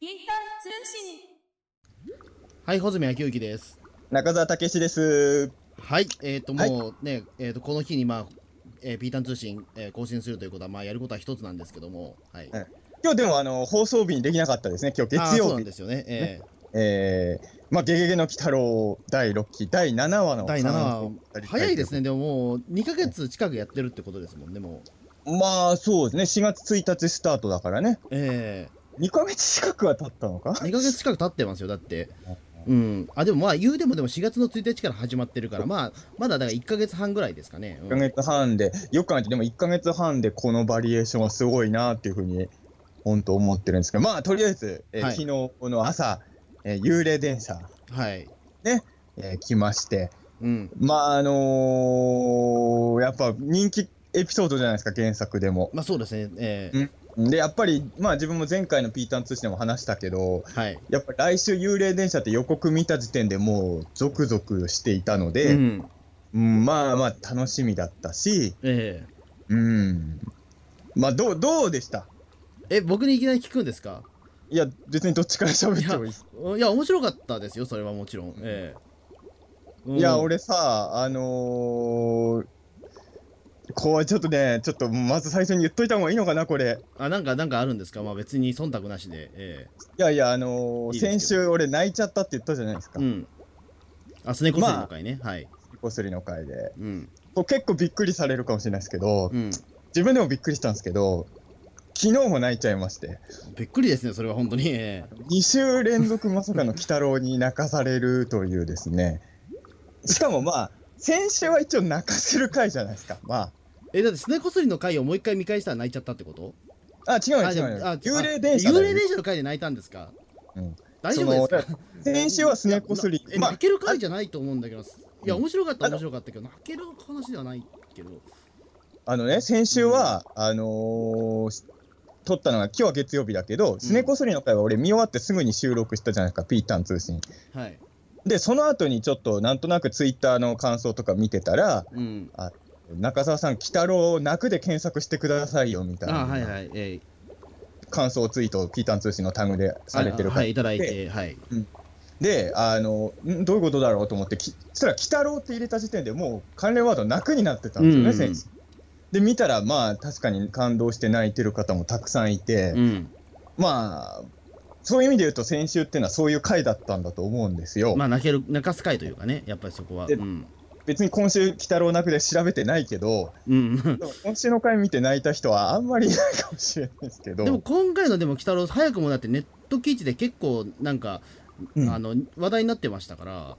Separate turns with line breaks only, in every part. インターン通信
はい、穂積昭之です。
中澤武史です。
はい、えっ、と、
はい
もうね、えっ、と、この日に、まあ、えー、ピータン通信、えー更新するということは、まあ、やることは一つなんですけども、はい。
はい今日でもあの放送日にできなかったですね。今日
あー
月
そう
曜
なん
日。
ですよね。え
えー、まあゲゲゲの鬼太郎第6期第7話
ー
の
第7
感想を語
話、
りた
早いです
ね。
ね。でももう、2ヶ月近くやってるってことですもんね、も
まあそうですね。4月1日スタートだからね。
う。え
2ヶ月近くは経ったのか。
ー、2ヶ月近く経ってますよ、だって。うん。あ、でもまあ、言うでもでも4月の1日から始まってるから、まあ、まだだから1ヶ月半ぐらいですかね。
1
う
ヶ
ん、
月半でよく考えてでも1ヶ月半でこのバリエーションはすごいなっていうふうに本当思ってるんですけど、まあとりあえず、えー
はい
昨日の朝、えー幽霊電車、
はい。
えー来まして。
うん。
まああのーやっぱ人気エピソードじゃないですか原作でも
まあ、そうですね。えー
でやっぱりまあ自分も前回のピーターン通信でも話したけど
はい。
やっぱ来週幽霊電車って予告見た時点でもうゾクゾクしていたの
う
で、
ん。
うんまあまあ楽しみだったし
えー
うんまあどうどうでした
え、僕にいきなり聞くんですか
いや別にどっちから喋ってもいいです
いや、面白かったですよ、それはもちろん。ええ
いや、俺さあのーこうちょっとねちょっとまず最初に言っといた方がいいのかなこれ
あ、なんか、なんかあるんですかまあ別に忖度なしで。え
いやいや、あ
い
のー
いですけど
先週俺泣いちゃったって言ったじゃないです
え
か、
うん。あ、スネコスの会ね、はい。
こすりの回で。
うん。
こう結構びっくりされるかもしれないですけど、
うん。
自分でもびっくりしたんですけど、昨日も泣いちゃいまして、
びっくりですね、それは本当に。ええ
2週連続まさかの鬼太郎に泣かされるというですね、しかもまあ、先週は一応泣かせる回じゃないですか。ま
え、だってスネコスの会をもう一回見返したら泣いちゃったってこと
あ、あ、違うよ
あ
違
でも
うよ
あ
幽霊電車
あ
だ
幽
よ
霊電車の会で泣いたんですか
うん
大丈夫です
そ
か
の先週はスネこすり
いやなえ、
ま
泣ける会じゃないと思うんだけど、いや、面白かった、
あの
面白かったけど、泣ける話ではないけど。
あのね、先週は、あのー撮ったのが今日は月曜日だけど、すねこすりの回は俺見終わってすぐに収録したじゃないですか、ピータン通信。
はい。
で、その後にちょっとなんとなくツイッターの感想とか見てたら、
うん。
中澤さん、鬼太郎を泣くで検索してくださいよみたい
あ、はい
な
はい。ええ
感想ツイートをピータン通信のタグでされてる
あ
か
は
ら
い、。いただいて、はい。
で、あの、んどういうことだろうと思って、きそしたら、鬼太郎って入れた時点でもう関連ワード泣くになってたんですよね、
うん
先週。で、見たら、まあ、確かに感動して泣いてる方もたくさんいて、
うん。
まあ、そういう意味で言うと、先週っていうのはそういう回だったんだと思うんですよ。
まあ泣ける泣かす会というかね、やっぱりそこは。う
で
ん。
別に今週、鬼太郎泣くで調べてないけど、
うん、
でも今週の回見て泣いた人はあんまりいないかもしれないですけど、
でも今回のでも、鬼太郎、早くもだってネット記事で結構なんか、
うん
あの話題になってましたから、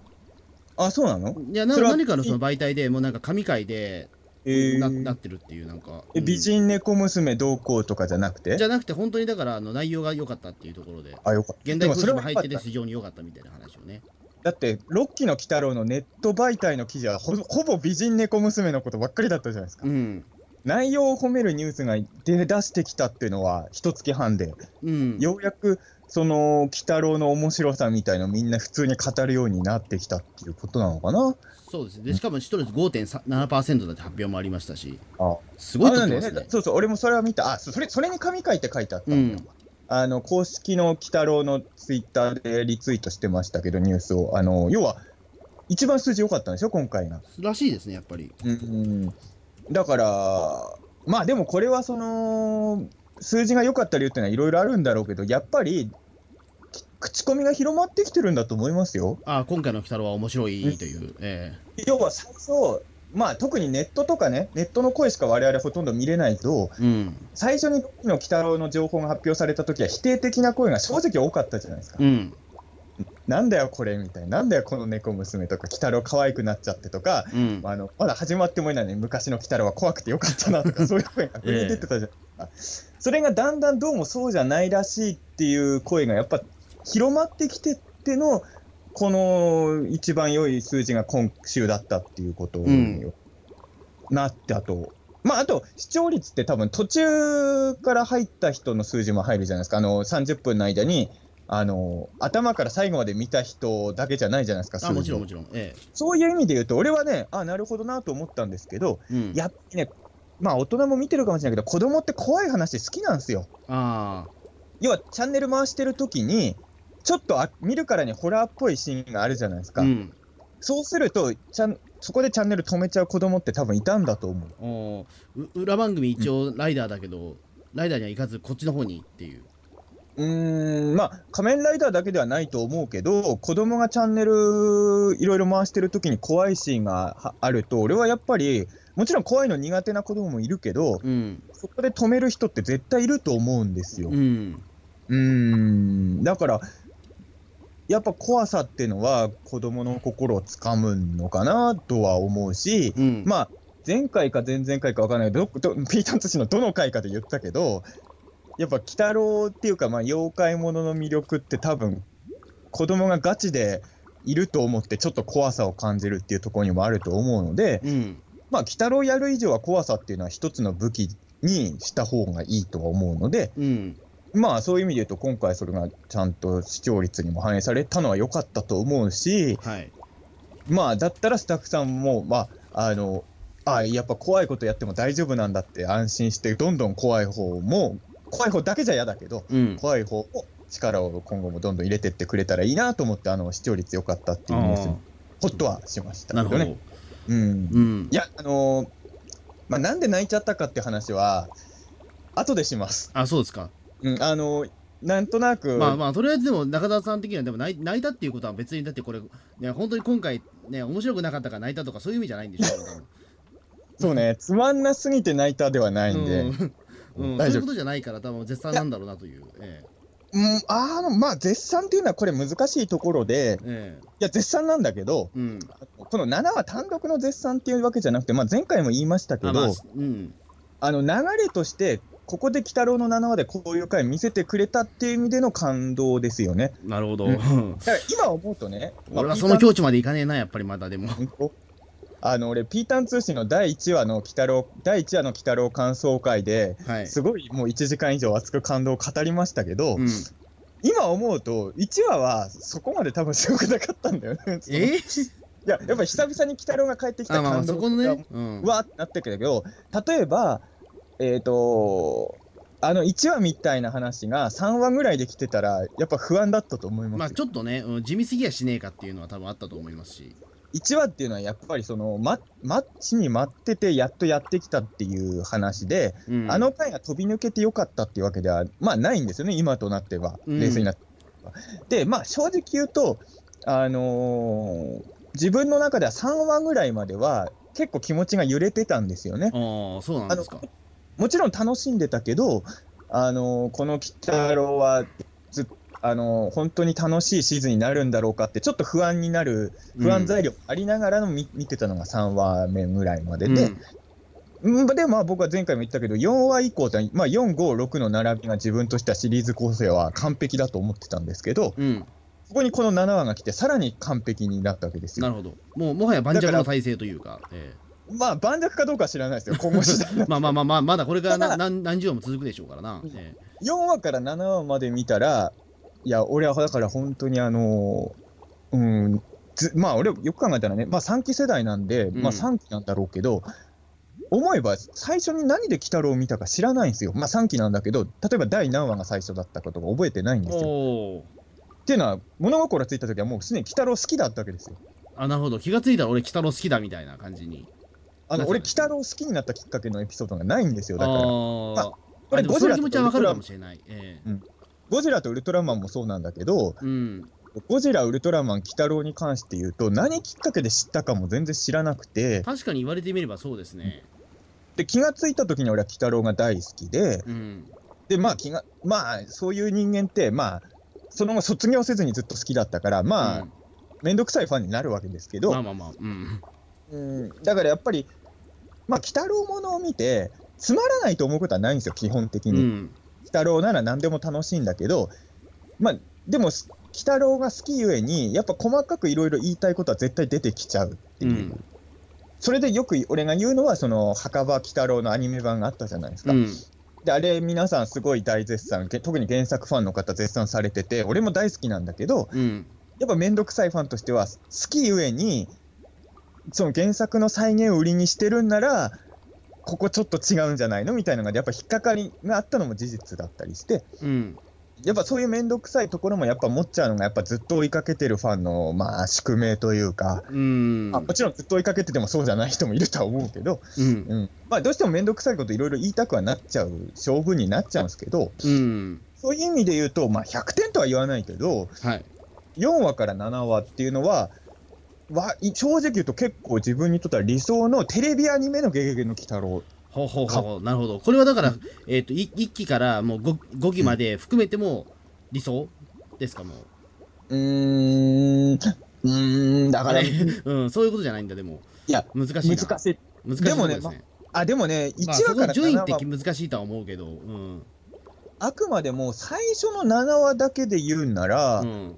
あ、そうなの
いやな
それは
何かのその媒体で、もうなんか神回で
え
な,、
ー
なってるっていう、なんか。
え
うん
美人猫娘同行とかじゃなくて
じゃなくて、本当にだからあの内容が良かったっていうところで、
あ、よかった。
現代
でも
風
それ
刺も
は
入
よ
っ
か
て
ってた
非常に良かったみたいな話をね。
だって、6期の鬼太郎のネット媒体の記事はほほぼ美人猫娘のことばっかりだったじゃないですか。
うん。
内容を褒めるニュースが出出してきたっていうのは、一月半で。
うん。
ようやくその鬼太郎の面白さみたいのみんな普通に語るようになってきたっていうことなのかな
そうですね。でしかも、視聴率5.7%だって発表もありましたし、
あ
すごい
あ
と
な
っ
ん
て
で
ますね
ね。そうそう俺もそれは見たあそそれそれに神回って書いてあったん
う
だ、
ん
あの公式の鬼太郎のツイッターでリツイートしてましたけどニュースをあの要は一番数字良かったんでしょ今回が
らしいですね、やっぱり。
うんだからまあでもこれはその数字が良かった理由っていうのはいろいろあるんだろうけどやっぱりき口コミが広まってきてるんだと思いますよ
あ今回の鬼太郎は面白いという、え
要は最初、まあ、特にネットとかね、ネットの声しか我々ほとんど見れないと、
えうん、
最初にロッキーの鬼太郎の情報が発表されたときは、否定的な声が正直多かったじゃないですか。
うん、
なんだよ、これみたいな、なんだよ、この猫娘とか、鬼太郎可愛くなっちゃってとか、
うん、
あのまだ始まってもいないのに、昔の鬼太郎は怖くてよかったなとか、そういう声が溢れ出てたじゃないですか。それがだんだんどうもそうじゃないらしいっていう声が、やっぱ広まってきてっての、この一番良い数字が今週だったっていうことを
うん
なってあと、まあ、あと視聴率って多分途中から入った人の数字も入るじゃないですか、あの30分の間にあの頭から最後まで見た人だけじゃないじゃないですか、数
あ
字
もちろんもちろん、え
そういう意味で言うと、俺はね、あなるほどなと思ったんですけど、
えうん、
やっぱりね、まあ、大人も見てるかもしれないけど、子供って怖い話好きなんですよ。
ああ
要はチャンネル回してる時に、ちょっとあ見るからにホラーっぽいシーンがあるじゃないですか。
うん
そうすると、ちゃんそこでチャンネル止めちゃう子供って多分いたんだと思う。
おーう裏番組一応ライダーだけど、ライダーには行かずこっちの方にっていう
うーん、まあ、仮面ライダーだけではないと思うけど、子供がチャンネルいろいろ回してる時に怖いシーンがはあると、俺はやっぱり、もちろん怖いの苦手な子供もいるけど、
うん
そこで止める人って絶対いると思うんですよ。
うん
うーん、だから、やっぱ怖さってのは子供の心をつかむのかなとは思うし、
うん
まあ、前回か前々回か分からないけど、どどピータン寿司のどの回かで言ったけど、やっぱ、鬼太郎っていうか、まあ、妖怪ものの魅力って多分、子供がガチでいると思って、ちょっと怖さを感じるっていうところにもあると思うので、
うん
まあ、鬼太郎やる以上は怖さっていうのは一つの武器にした方がいいとは思うので、
うん
まあそういう意味で言うと、今回それがちゃんと視聴率にも反映されたのは良かったと思うし、
はい
まあだったらスタッフさんも、まあ、あの、あやっぱ怖いことやっても大丈夫なんだって安心して、どんどん怖い方も、怖い方だけじゃ嫌だけど、
うん
怖い方を力を今後もどんどん入れてってくれたらいいなと思って、あの視聴率良かったっていうニュースに、ほっとはしました
なる
けど
ほ
ね。
ど
うん
うん
いや、あのーまあ、なんで泣いちゃったかって話は、後でします。
あそうですか
うん、あのーなんとなく、
まあまあとりあえずでも中澤さん的にはでも泣い泣いたっていうことは別にだってこれね本当に今回ね面白くなかったから泣いたとかそういう意味じゃないんでしょう
そうね、つまんなすぎて泣いたではな
多
い
分
んで、うん、
うんうん、そう
大
い
丈
う
夫
ことじゃないから多分絶賛なんだろうなというえ
あーまあ、絶賛っていうのはこれ難しいところで、
えええ
いや、絶賛なんだけど、
うん
この7は単独の絶賛っていうわけじゃなくて、まあ、前回も言いましたけど、
あ
あ、
まあうん
の流れとして、ここで鬼太郎の7話でこういう回見せてくれたっていう意味での感動ですよね。
なるほど、
うん だから今思うとね、まあ
俺はその境地までいかねえなやっぱりまだでも
本当あの俺、ピータン通信の第1話の鬼太郎、第1話の鬼太郎感想会で、
はい
すごいもう1時間以上熱く感動を語りましたけど、
うん、
今思うと、1話はそこまで多分すごくなかったんだよね。そのい
え
や、やっぱ久々に鬼太郎が帰ってき
あ
た
まあまあ
感動
そこのね、うん、
わーってなってるけど、例えば、えっ、とあの1話みたいな話が3話ぐらいできてたら、やっぱ不安だったと思いますよ
まあちょっとね、うん地味すぎやしねえかっていうのは多分あったと思いますし、
1話っていうのはやっぱりその、ま、待ちに待っててやっとやってきたっていう話で、
うん
あの回が飛び抜けてよかったっていうわけでは、まあ、ないんですよね今となっては
うん
冷静になっては、でまあ正直言うと、あのー自分の中では3話ぐらいまでは結構気持ちが揺れてたんですよね
ああそうなんですか
もちろん楽しんでたけど、あのーこの鬼太郎はずあのー本当に楽しいシーズンになるんだろうかってちょっと不安になる不安材料ありながらの見,、見てたのが3話目ぐらいまでで、うんでまあ僕は前回も言ったけど4話以降って、まあ、456の並びが自分としてはシリーズ構成は完璧だと思ってたんですけど
うん、うん
ここにこの7話が来てさらに完璧になったわけです
な
よ。
るほどもうもはや盤石の体制というか、え
まあ盤石かどうかは知らないですよ今後次第
えまあまあまあまあまだこれからな
ただ
何何十話も続くでしょうからな、
うん
え
4話から7話まで見たらいや俺はだから本当にあのーうんずまあ俺よく考えたらね、まあ、3期世代なんで、
ん
まあ、3期なんだろうけど、思えば最初に何で鬼太郎を見たか知らないんですよ、まあ、3期なんだけど例えば第何話が最初だったかとか覚えてないん
え
ですよ。
おお
っていうのは物心ついた時はもうすでに鬼太郎好きだったわけですよ。
あなるほど気がついたら俺鬼太郎好きだみたいな感じに
あの
そう
俺
です
鬼太郎好きになったきっかけのエピソードがないんですよだ
あ
から。
ー、
まあこ
あ
れ
でも
ゴ
そ
ジ
の
ラ
気
と
持
ウ
ちはわかるか
ルトラマ
も
ン
しれない、ええ
ゴジラとウルトラマンもそうなんだけど、
うん
ゴジラ、ウルトラマン、鬼太郎に関して言うと、何きっかけで知ったかも全然知らなくて、
確かに言われてみればそうですね
で気がついた時に俺は鬼太郎が大好きで、
うん
でまあ気がまあ、そういう人間って、まあ、その後卒業せずにずっと好きだったから、まあ、面倒くさいファンになるわけですけ
うん
ど、
まあまあまあうん
うん、だからやっぱり、まあ、鬼太郎ものを見て、つまらないと思うことはないんですよ、基本的
う
に。
ん
鬼太郎なら何でも楽しいんだけど、まあ、でも、鬼太郎が好きゆえに、やっぱ細かくいろいろ言いたいことは絶対出てきちゃうって
う
いう。
ん
それでよく俺が言うのは、その墓場鬼太郎のアニメ版があったじゃないですか。
うん
で、あれ、皆さんすごい大絶賛、げ特に原作ファンの方、絶賛されてて、俺も大好きなんだけど、
うん
やっぱめんどくさいファンとしては、好きゆえに、その原作の再現を売りにしてるんなら、ここちょっと違うんじゃないのみたいなのが、やっぱ引っかかりがあったのも事実だったりして、
うん
やっぱそういう面倒くさいところもやっぱ持っちゃうのがやっぱずっと追いかけてるファンのまあ宿命というか、
うん
まあ、もちろんずっと追いかけててもそうじゃない人もいるとは思うけど、
うん
うんまあ、どうしても面倒くさいこといろいろ言いたくはなっちゃう将軍になっちゃうんですけど
うん
そういう意味で言うと、まあ、100点とは言わないけど
はい
4話から7話っていうのはわ正直言うと結構自分にとっては理想のテレビアニメの「ゲゲゲの鬼太郎
ほうほうほうほうなるほどこれはだから、えっとい1期からもう 5, 5期まで含めても理想ですかもう」
うーんうーんだから い
うん、そういうことじゃないんだでも
や
難しいな
難しい
難しいとこです
でも
ね
あでもね1
まあ、そ
話
こ
から
順位
7
っ
話
て難しいとは思うけど、うん。
あくまでも最初の7話だけで言うなら、
うん。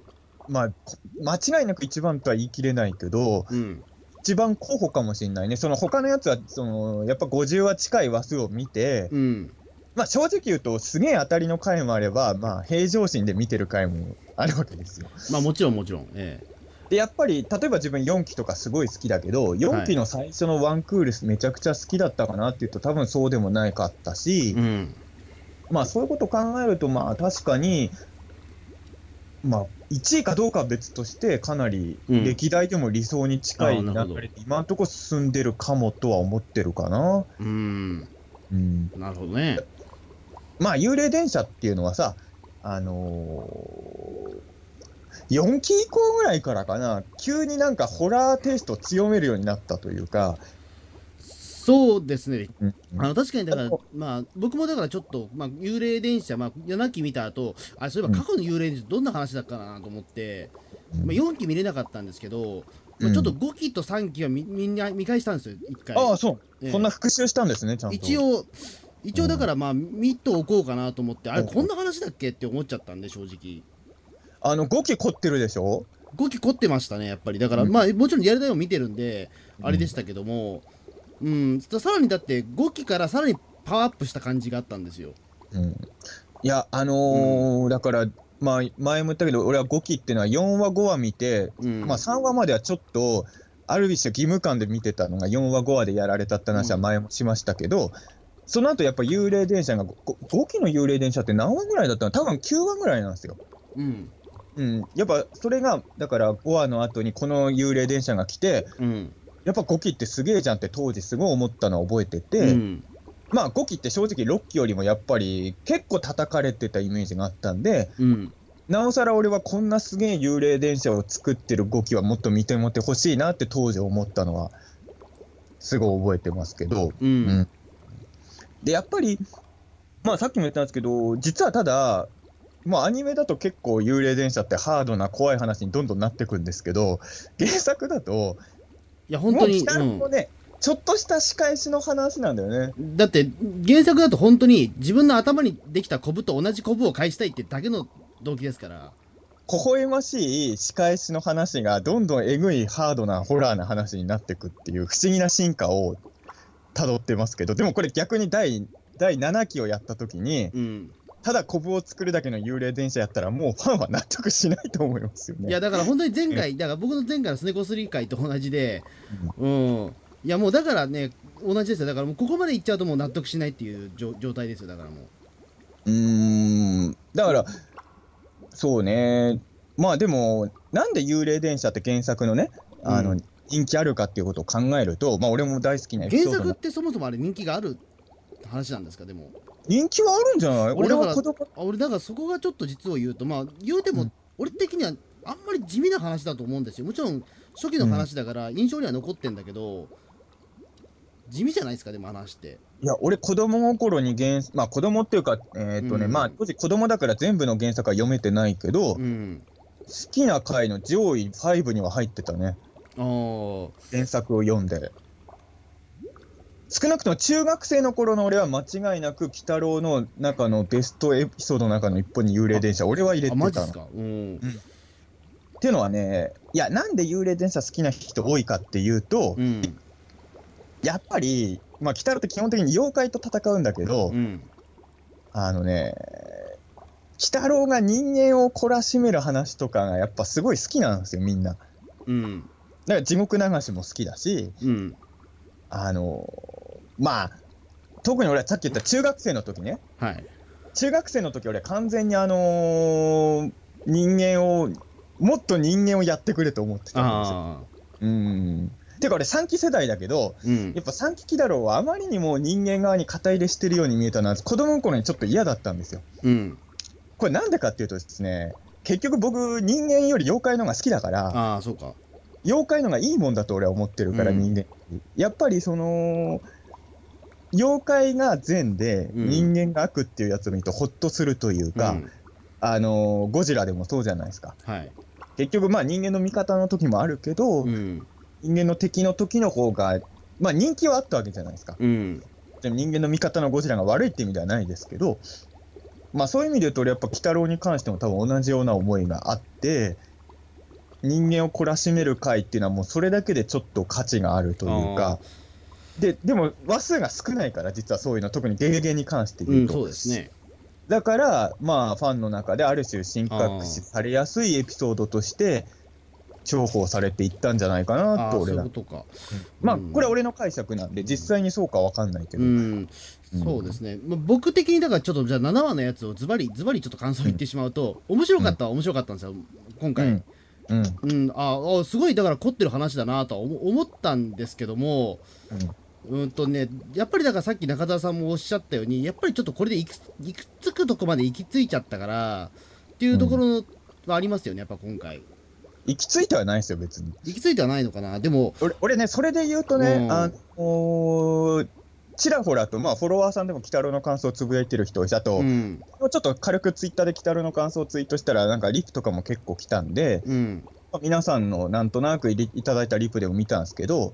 まあ、こ間違いなく一番とは言い切れないけど、
うん。
一番候補かもしれないね、その他のやつはその、やっぱ50話近い話数を見て、
うん。
まあ、正直言うと、すげえ当たりの回もあれば、まあ、平常心で見てる回もあるわけですよ。
まあ、もちろん、もちろん。え
で、やっぱり、例えば自分4期とかすごい好きだけど、4期の最初のワンクールスめちゃくちゃ好きだったかなっていうと、多分そうでもないかった
え
し、
うん。
まあそういうことを考えると、まあ確かに、まあ1位かどうかは別として、かなり
うん
歴代でも理想に近い
あー
流
なるほど
れで、今のところ進んでるかもとは思ってるかな。
うん。
うん、
なるほどね。
まあ幽霊電車っていうのはさ、あのー、4期以降ぐらいからかな、急になんかホラーテイストを強めるようになったというか、
そうですね。
うん
あの確かに、だから
あと、
まあ、僕もだからちょっと、まあ、幽霊電車、まあ、7期見た後、あ、そういえば過去の幽霊電車、どんな話だったかなと思って、まあ、4期見れなかったんですけど、まあ、ちょっと5期と3期はみみんな見返したんですよ、1回。
ああ、そう、
ええ
そんな復習したんですね、ちゃんと。
一応、一応だから、まあ、見とおこうかなと思って、あれ、
うん
こんな話だっけって思っちゃったんで、正直。
あの5期凝ってるでしょ
5期凝ってましたね、やっぱり。だから、
うん
まあ、もちろんリアルタイム見てるんで、あれでしたけども、うん、ささらにだって、5期からさらにパワーアップした感じがあったんですよ。
うんいや、あのーだから、まあ、前も言ったけど、俺は5期っていうのは4話、5話見て、
うん。
まあ、3話まではちょっと、ある種義務感で見てたのが4話、5話でやられたって話は前もしましたけど、その後やっぱ幽霊電車が 5, 期の幽霊電車って何話ぐらいだったの多分9話ぐらいなんですよ。
うん。
うん、やっぱそれが、だから5話の後にこの幽霊電車が来て、
うん。
やっぱ5期ってすげえじゃんって当時すごい思ったのを覚えてて、
うん
まあ5期って正直6期よりもやっぱり結構叩かれてたイメージがあったんで、
うん。
なおさら俺はこんなすげえ幽霊電車を作ってる5機はもっと認めてほしいなって当時思ったのはすごい覚えてますけど、
う
うん
ん。
でやっぱり、まあ、さっきも言ったんですけど実はただ、まあ、アニメだと結構幽霊電車ってハードな怖い話にどんどんなってくんですけど原作だと
いや、本
も
当
う
に、
北のね、ちょっとした仕返しの話なんだよね。
うん。だって、原作だと本当に、自分の頭にできたコブと同じコブを返したいってだけの動機ですから。
微笑ましい仕返しの話がどんどんえぐいハードなホラーな話になってくっていう不思議な進化をたどってますけどでもこれ逆に第第7期をやった時に
うん。
ただコブを作るだけの幽霊電車やったらもうファンは納得しないと思いますよね。
いやだから本当に前回、だから僕の前回のスネコスリー回と同じで、うん、いやもうだからね、同じですよ、だからもうここまでいっちゃうともう納得しないっていう状状態ですよ、だからもう。
うーんだからそうねまあでもなんで幽霊電車って原作のねあ
う
の
ん
人気あるかっていうことを考えると、まあ俺も大好きなエピ
原
ソード
作っ
な
てそもそもあれ人気がある話なんですか、でも。
人気はあるんじゃない
俺
俺
だから
は子供
あ俺だからそこがちょっと実を言うと、まあ言うても、
うん
俺的にはあんまり地味な話だと思うんですよ。もちろん初期の話だから印象には残ってんだけど、地味じゃないですか、でも話って。
いや、俺、子供の頃に原、まあ、子供っていうか、えーっとね、
うん
まあ、当時子供だから全部の原作は読めてないけど、
う
好
ん。
きな回の上位5には入ってたね。
ああ。
原作を読んで。少なくとも中学生の頃の俺は間違いなく、鬼太郎の中のベストエピソードの中の一本に幽霊電車、俺は入れ
あ、
て
マジ
た
っ
の。
す
っ
か。うん。
ていうのはね、いや、なんで幽霊電車好きな人多いかっていうと、
うん。
やっぱり、まあ、鬼太郎って基本的に妖怪と戦うんだけど、
うん。
あのね、鬼太郎が人間を懲らしめる話とかがやっぱすごい好きなんですよ、みんな。だか
うん。
ら地獄流しも好きだし、
うん。
あの、まあ、特に俺はさっき言った中学生の時ね、
はい。
中学生の時俺は完全にあのー人間を、もっと人間をやってくれと思ってたんですよ。
ああ
うん。てか俺3期世代だけど、
うん
やっぱ3期キダロはあまりにも人間側に肩入れしてるように見えたのは子供の頃にちょっと嫌だったんですよ。
うん
これなんでかっていうとですね、結局僕人間より妖怪の方が好きだから、
ああそうか
妖怪のがいいもんだと俺は思ってるから、
うん
人間やっぱりその妖怪が善で
うん
人間が悪っていうやつを見るとほっとするというか、
うん
あのゴジラでもそうじゃないですか
はい
結局まあ人間の味方の時もあるけど、
うん
人間の敵の時の方がまあ人気はあったわけじゃないですか
うん
でも人間の味方のゴジラが悪いって意味ではないですけどまあそういう意味で言うと俺やっぱ鬼太郎に関しても多分同じような思いがあって人間を懲らしめる回っていうのはもうそれだけでちょっと価値があるというかででも話数が少ないから実はそういうの特にゲーゲーに関して
う
言うんと、
そうですね
だからまあファンの中である種神格視されやすいエピソードとして重宝されていったんじゃないか
あ
な
あ
と
そう
俺
いう
は
ことか
まあ
うん
これは俺の解釈なんで実際にそうかわかんないけ
う
ど、
んそうですね、まあ、僕的にだからちょっとじゃあ7話のやつをズバリズバリちょっと感想言ってしまうと、面白かったは面白かったんですよ今
う
回、
んうん
うん、ああすごいだから凝ってる話だなとは思思ったんですけども、うんとね、やっぱりだからさっき中澤さんもおっしゃったように、やっぱりちょっとこれでいくついくつくとこまで行き着いちゃったからっていうところはありますよね、やっぱ今回。
行き着いてはないですよ、別に。
行き着いてはないのかな、でも、
俺俺ね、それで言うとね、
うん
あのーちらほらと、まあ、フォロワーさんでも、鬼太郎の感想をつぶやいてる人多いし、あと、
うん、
ちょっと軽くツイッターで鬼太郎の感想をツイートしたら、なんかリプとかも結構来たんで、
うん、
まあ皆さんのなんとなくいりいただいたリプでも見たんですけど、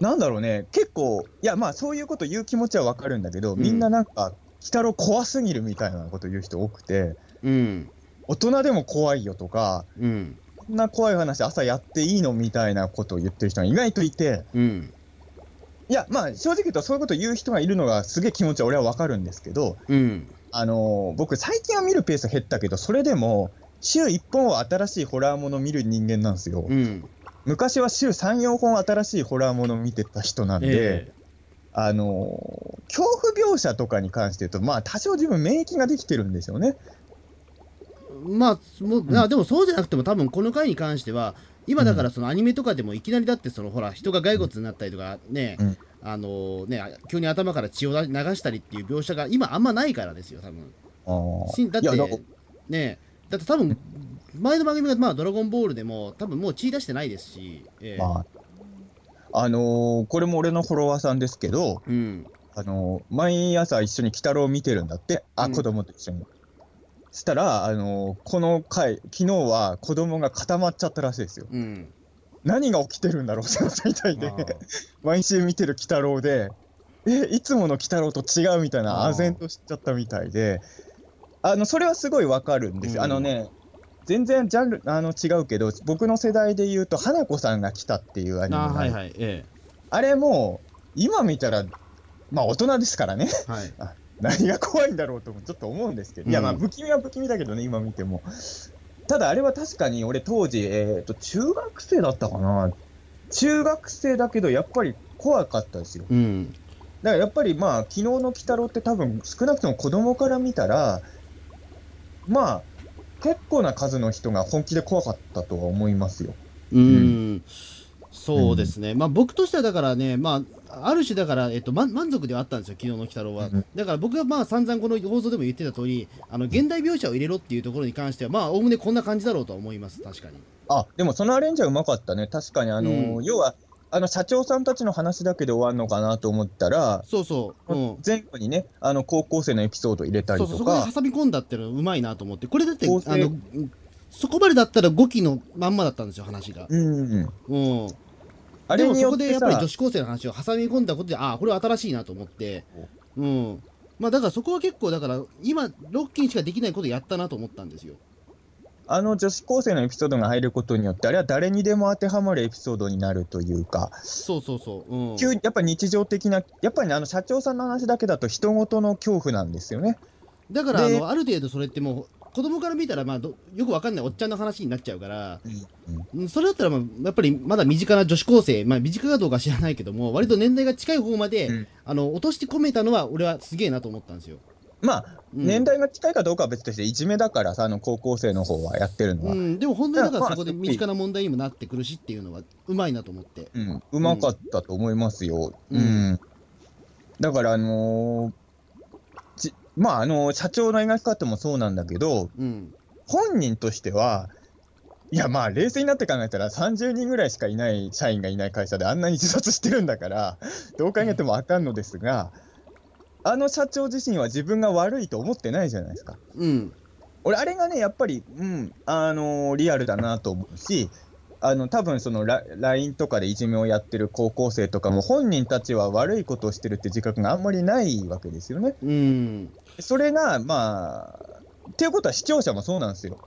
なんだろうね、結構、いや、まあ、そういうこと言う気持ちはわかるんだけど、
うん
みんななんか、鬼太郎怖すぎるみたいなこと言う人多くて、
うん、
大人でも怖いよとか、
うん、
こんな怖い話朝やっていいのみたいなことを言ってる人が意外といて、
うん、
いや、まあ正直言うとそういうこと言う人がいるのがすげえ気持ちは俺はわかるんですけど、
うん、
あのー僕最近は見るペース減ったけど、それでも週1本は新しいホラーもの見る人間なんですよ。
うん、
昔は週3、4本新しいホラーもの見てた人なんで、
え
あのー恐怖描写とかに関して言うと、まあ多少自分免疫ができてるんですよね。
えまあ、もう
うん
あでもそうじゃなくても、多分この回に関しては、今だからそのアニメとかでもいきなりだってそのほら人が骸骨になったりとかね、
うん
あのねあ急に頭から血を流したりっていう描写が今あんまないからですよ多分
あー
しだって
いやなんか
ねだって多分前の番組がまあドラゴンボールでも多分もう血出してないですし、ええ
まあ、あのーこれも俺のフォロワーさんですけど、
うん
あのー毎朝一緒に鬼太郎を見てるんだって、あ、
うん
子供と一緒に。したら、あのーこの回、昨日は子供が固まっちゃったらしいですよ。
うん
何が起きてるんだろう、 そのみたいで
あー。
毎週見てる鬼太郎で、え、いつもの鬼太郎と違うみたいな、
あー
唖然としちゃったみたいで、あの、それはすごいわかるんですよ。
うん
あのね、全然ジャンル、あの、違うけど、僕の世代で言うと、花子さんが来たっていうアニメ
あ
があ
はい
る
はいえ
あれも、今見たら、まあ大人ですからね、
えはい
何が怖いんだろうともちょっと思うんですけど、
うん
いや、まあ不気味は不気味だけどね、今見ても。ただ、あれは確かに俺当時、えっ、と、中学生だったかな。中学生だけど、やっぱり怖かったですよ。
うん
だからやっぱりまあ、昨日の鬼太郎って多分、少なくとも子供から見たら、まあ、結構な数の人が本気で怖かったとは思いますよ。
う
うん
そうですね、まあ僕としてはだからね、まあ、ある種だから、えっと、ま満足ではあったんですよ、昨日の鬼太郎は。
うん
だから僕がまあ散々この放送でも言ってた通り、あの現代描写を入れろっていうところに関しては、まあおおむねこんな感じだろうとは思います、確かに。
あでもそのアレンジはうまかったね、確かに、あの
うん
要はあの社長さんたちの話だけで終わるのかなと思ったら、
そうそう、うん、
前後にね、あの高校生のエピソード入れたり
そうそう
と
そこ
か
で、挟み込んだっていうのはうまいなと思って、これだって
構成
あのそこまでだったら5期のまんまだったんですよ、話が。
うんうん、
うん、
あ
で
れ
も
に
そ
よ
こ
っ
で
て
やっぱり
さ
女、子高生の話を挟み込んだことで、ああ、これは新しいなと思って、うん、まあだからそこは結構、だから今、6期にしかできないことやったなと思ったんですよ。
あの女子高生のエピソードが入ることによって、あれは誰にでも当てはまるエピソードになるというか、
そうそうそう、うん、
急にやっぱ日常的な、やっぱりね、あの社長さんの話だけだと、人ごとの恐怖なんですよね。
だからあ
で
の、ある程度それってもう、子供から見たら、まあど、よくわかんないおっちゃんの話になっちゃうから、うんそれだったら、まあ、やっぱりまだ身近な女子高生、まあ、身近かどうか知らないけども、割と年代が近い方まで、
うん
あの落として込めたのは、俺はすげえなと思ったんですよ。
まあ、
うん
年代が近いかどうかは別として、いじめだからさ、あの高校生の方はやってるのは。
う
うん
ん、でも本当にだからそこで
いやまあ
身近な問題にもなってくるしっていうのはうまいなと思って。
うまかったと思いますよ。
う
うんん。だから、あのーじまあ、あのー社長の描き方もそうなんだけど、
うん、
本人としては、いや、まあ、冷静になって考えたら、30人ぐらいしかいない社員がいない会社であんなに自殺してるんだから、どう考えてもあかんのですが、あの社長自身は自分が悪いと思ってないじゃないですか。
うん、
俺、あれがね、やっぱり、うん、あのーリアルだなと思うし、あの多分そのラ LINE とかでいじめをやってる高校生とかも、本人たちは悪いことをしてるって自覚があんまりないわけですよね。
うん、
それが、まあ、っていうことは視聴者もそうなんですよ。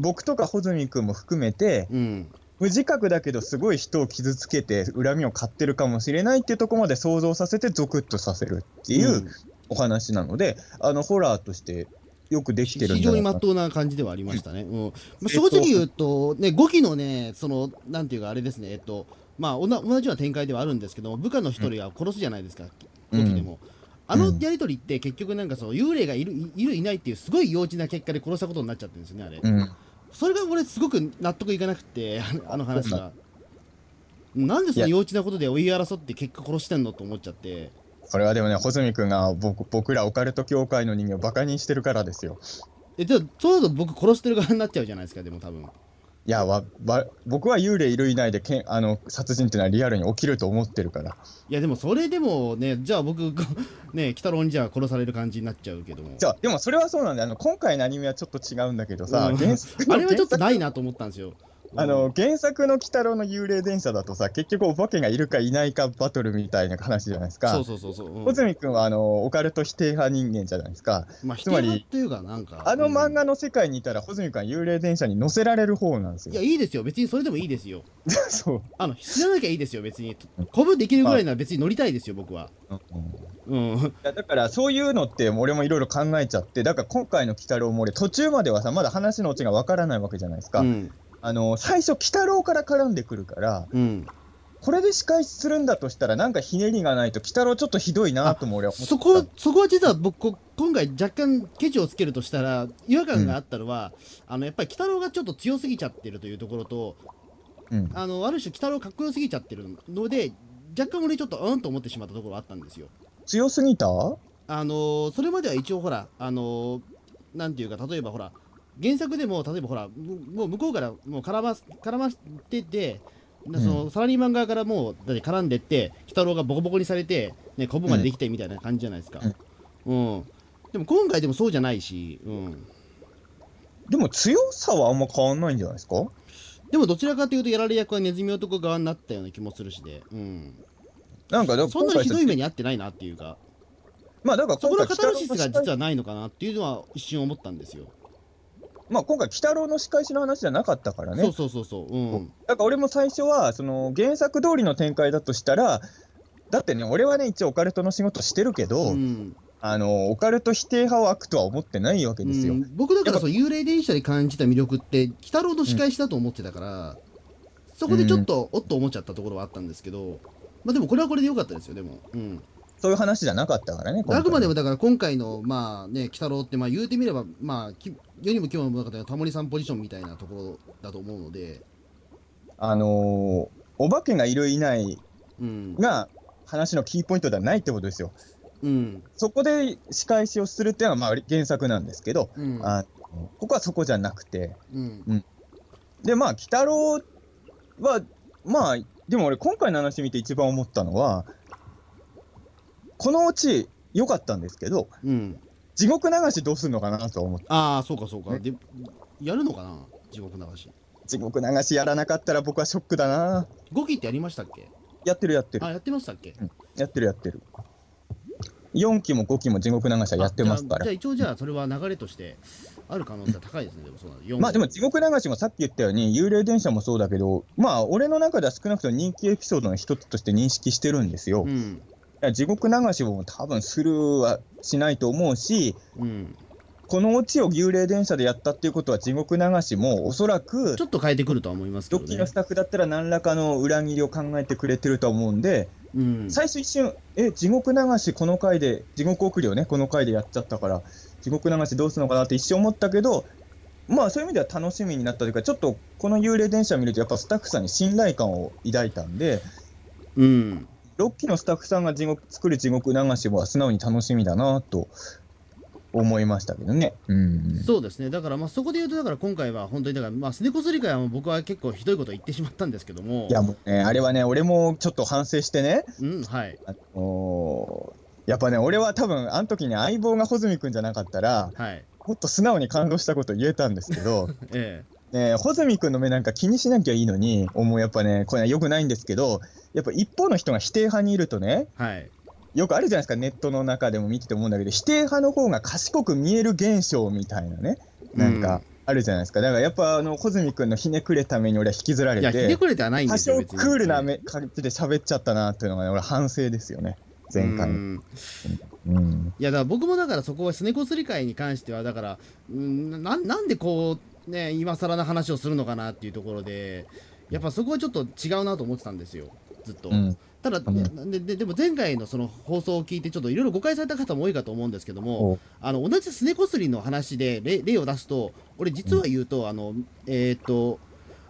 僕とか穂積君も含めて、
うん、
無自覚だけど、すごい人を傷つけて、恨みを買ってるかもしれないっていうところまで想像させて、ゾクッとさせるっていうお話なので、あのホラーとしてよくできてるん
非
じ
常
ゃな
に
い
ま
かな
っとうな感じではありましたね。うんまあ、
えっと
正直言うと、ね、5期のね、その、なんていうか、あれですね、えっと、まあ、おな同じような展開ではあるんですけども、部下の一人が殺すじゃないですか、5期でも。あのやりとりって結局なんかその幽霊がいるいいるいないっていうすごい幼稚な結果で殺したことになっちゃってるんですよねあれ、
うん
それが俺すごく納得いかなくてあのあの話がなんでその幼稚なことで追い争って結果殺してんのと思っちゃって
それはでもね、穂積君が僕僕らオカルト協会の人間をバカにしてるからですよ。
えじゃあそうだと僕殺してる側になっちゃうじゃないですかでも多分
いやわわ、僕は幽霊いるいないでけんあの殺人っていうのはリアルに起きると思ってるから。
いやでもそれでもねじゃあ僕 こね鬼太郎にじゃあ殺される感じになっちゃうけども
じゃあ、でもそれはそうなんだよあの今回のアニメはちょっと違うんだけどさ、
うん
原作の
あれはちょっと
原作
ないなと思ったんですよ
あの原作の鬼太郎の幽霊電車だとさ、結局お化けがいるかいないかバトルみたいな話じゃないです
そ
か
う。そうそうそう、うん
小泉君はあのオカルト否定派人間じゃないですか。
まあ否
つ
定
まり
派というかなんか
あの漫
うん
画の世界にいたら、小泉君は幽霊電車に乗せられる方なんです
いや
よ。
いいですよ別にそれでもいいですよ
そう。
あの知らなきゃいいですよ別に鼓舞できるぐらいなら別に乗りたいですよ僕はうん
いやだからそういうのって俺もいろいろ考えちゃってだから今回の「鬼太郎」も俺途中まではさまだ話のオチがわからないわけじゃないですか、
うん
あの最初鬼太郎から絡んでくるから
うん
これで仕返しするんだとしたらなんかひねりがないと鬼太郎ちょっとひどいなとも俺は思ってた
そこ、そこは実は僕、こ今回若干ケチをつけるとしたら、違和感があったのは、あの、やっぱり鬼太郎がちょっと強すぎちゃってるというところと、
うん、
あの、ある種鬼太郎かっこよすぎちゃってるので、若干俺ちょっとうんと思ってしまったところはあったんですよ。
強すぎた
あのーそれまでは一応ほら、あのーなんていうか、例えばほら、原作でも、例えばほら、むもう向こうからもう絡ま絡まってて、なそのサラリーマン側からもうだって絡んでって、鬼太郎がボコボコにされて、ね、コブまでできてみたいな感じじゃないですか。うん。でも今回でもそうじゃないし、うん。
でも強さはあんま変わんないんじゃないですか
でもどちらかというと、やられ役はネズミ男側になったような気もするしで、うん。
なんかだか
そんな
ら今
に
回
ひどい目に遭ってないなっていうか、
まあだから
そこ
今
の
回
カ
鬼
タル
太郎
シ
の
スが
仕返
実
し
はないのかなっていうのは一瞬思ったんですよ。
まあ今回鬼太郎の仕返しの話じゃなかったからね
そうそうそうそう。うん。
だから俺も最初はその原作通りの展開だとしたらだってね俺はね一応オカルトの仕事してるけど、
うん
あのオカルト否定派を悪とは思ってないわけですよ。
うん僕だからそう幽霊電車で感じた魅力って鬼太郎の仕返しだと思ってたから、そこでちょっとおっと思っちゃったところはあったんですけど、まあでもこれはこれで良かったですよでも、うん、
そういう話じゃなかったからね。今回
あくまでもだから今回のまあね鬼太郎ってまあ言うてみればまあき世にも奇妙な物語のタモリさんポジションみたいなところだと思うので、
あのーお化けがいるいない
うん
が話のキーポイントではないってことですよ。
うん
そこで仕返しをするっていうのはまあ原作なんですけど、
うん
あのここはそこじゃなくて。
うん
でまあ鬼太郎はまあでも俺今回の話見て一番思ったのはこのうち良かったんですけど
うん、
地獄流しどうするのかなと思って
ああそうかそうか
ね
でやるのかな地獄流し
地獄流しやらなかったら僕はショックだな
5期ってやりましたっけ
やってるやってる
あやってましたっけ
やってるやってる4期も5期も地獄流しはやってますか
あじゃあじゃあ
ら
一応じゃあそれは流れとしてある可能性は高いですね、でもそうなの4
まあでも地獄流しもさっき言ったように幽霊電車もそうだけどまあ俺の中では少なくとも人気エピソードの一つとして認識してるんですよ、
う
い
ん
や地獄流しも多分スルーはしないと思うし
うん
このオチを幽霊電車でやったっていうことは地獄流しもおそらく
ちょっと変えてくるとは思いますけ
ド
ど
ッキ
ね
リのスタッフだったら何らかの裏切りを考えてくれてると思うんで
うん、
最初一瞬、え、地獄流しこの回で、地獄送りをね、この回でやっちゃったから、地獄流しどうするのかなって一瞬思ったけど、まあそういう意味では楽しみになったというか、ちょっとこの幽霊電車見ると、やっぱスタッフさんに信頼感を抱いたんで、
うん、
6期のスタッフさんが地獄作る地獄流しは素直に楽しみだなと思いましたけどね。うん。
そうですね、だからまあそこで言うと、だから今回は本当にだから、まあ、すねこすり会は僕は結構ひどいこと言ってしまったんですけども、
いやもうね、あれはね、俺もちょっと反省してね、
うん、はい、
あのーやっぱね、俺は多分、あの時に相棒が穂積君じゃなかったら、
はい、
もっと素直に感動したこと言えたんです けど、
え
ね、穂積君の目なんか気にしなきゃいいのに、もうやっぱね、これは良くないんですけど、やっぱ一方の人が否定派にいるとね、
えはい、
よくあるじゃないですか、ネットの中でも見てて思うんだけど、否定派の方が賢く見える現象みたいなね、なん
う
か
ん
あるじゃないですか。だからやっぱ、あの、穂積君のひねくれた目に俺は引きずられ
いや、ひね
て、
くれてはないん
多
ですよ、
少
別
ク
に
ールな目感じで喋っちゃったなっていうのがね、俺反省ですよね、前回
う
の。
ん
うん
いやだから僕もだからそこはすねこすり会に関してはだからうんななんでこうね今更の話をするのかなっていうところでやっぱそこはちょっと違うなと思ってたんですよずっと、
うん
ただ、
ん
ねでででも前回のその放送を聞いてちょっといろいろ誤解された方も多いかと思うんですけど
お
もあの同じすねこすりの話で例例を出すと俺実は言うと、あのえーっと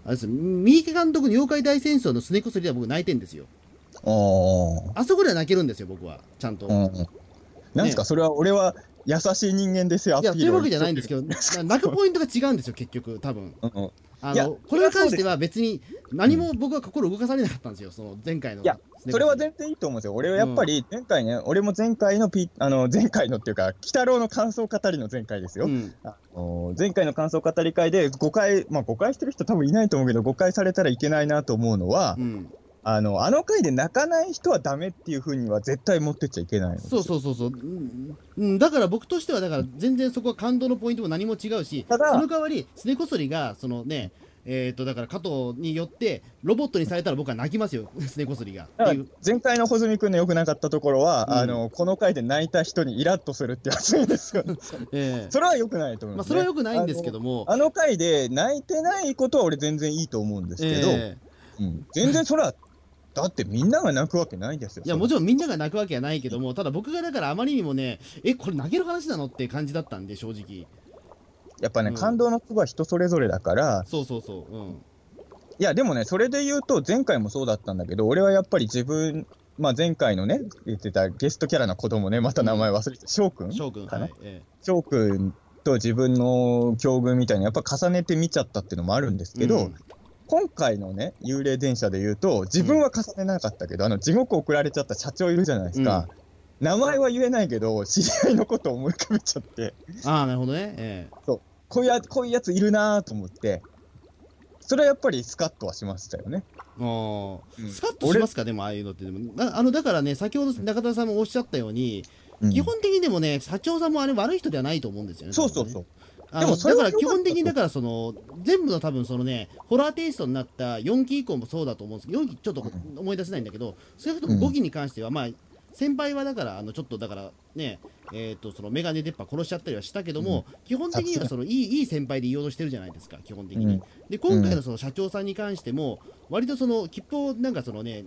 あれです三池監督の妖怪大戦争のすねこすりでは僕泣いてんですよ
おー
あそこでは泣けるんですよ僕はちゃんと、
うんなんですか、それは俺は優しい人間ですよ、ア
い
ピ
や、
ー
と
ル
いうわけじゃないんですけ
ど。
ど、な泣くポイントが違うんですよ、結 局、多分
うんうん
あ
いや
のこれに関しては別に何も僕は心動かされなかったんですよ、その前回の。
いや、それは全然いいと思うんですよ。俺はやっぱり前回ね、俺も前回のピ、あの、前回のっていうか、鬼太郎の感想語りの前回ですよ。
うん
あの前回の感想語り会で誤解、まあ誤解してる人多分いないと思うけど、誤解されたらいけないなと思うのは、
うん、
あの、あの回で泣かない人はダメっていうふうには絶対持ってっちゃいけないのです
そうそうそうそう、うんうん、だから僕としては、だから全然そこは感動のポイントも何も違うし、そ
ただ
の代わり、すねこそりが、そのね、えっとだから加藤によって、ロボットにされたら僕は泣きますよ、 すねこそりが。って
だか
い
ら
う
前回の穂積君の良くなかったところは、
うん
あのこの回で泣いた人にイラッとするってやつですよね。
ええ
それは良くないと思
ま
いま
あ、
す、
それ
ね。
はよくないんですけども、
あの回で泣いてないことは俺全然いいと思うんですけど、
ええ
うん全然それは、だってみんなが泣くわけないですよ。
いやもちろんみんなが泣くわけはないけども、ただ僕がだからあまりにもね、え、これ泣ける話なのって感じだったんで、正直。
やっぱね、
うん
感動の粒は人それぞれだから、
そうそうそう。うん。
いや、でもね、それで言うと、前回もそうだったんだけど、俺はやっぱり自分、まあ、前回のね、言ってたゲストキャラの子供ね、また名前忘れて、翔くん
翔くん、
かな
はい。え
翔くんと自分の境遇みたいにやっぱ重ねて見ちゃったっていうのもあるんです
え
けど、
うん
今回のね幽霊電車で言うと自分は重ねなかったけど、あの地獄送られちゃった社長いるじゃないですか、名前は言えないけど知り合いのことを思い浮かべちゃって
ああ、なるほどね。え
こういうやこういうやついるなと思ってそれはやっぱりスカッとはしましたよね。
えもう
うん
スカッとしますか、でもああいうのって。でもなあのだからね、先ほど中田さんもおっしゃったように、
うん
基本的にでもね、社長さんもあれ悪い人ではないと思うんですよね。。
そうそうそうう。
で
でも
も
そ
だ
れ
か
は
ら基本的に
良
だ
かっ
からその全部の多分そのねホラーテイストになった4期以降もそうだと思うんですけど4期ちょっと思い出せないんだけど少なくとも
うん
5期に関してはまあ先輩はだからあのちょっとだからねえー、とそのメガネ出っ歯殺しちゃったりはしたけども、基本的にはそのいいいい先輩で言おうとしてるじゃないですか基本的に、
うん
で今回のその社長さんに関しても割とその切符をなんかそのね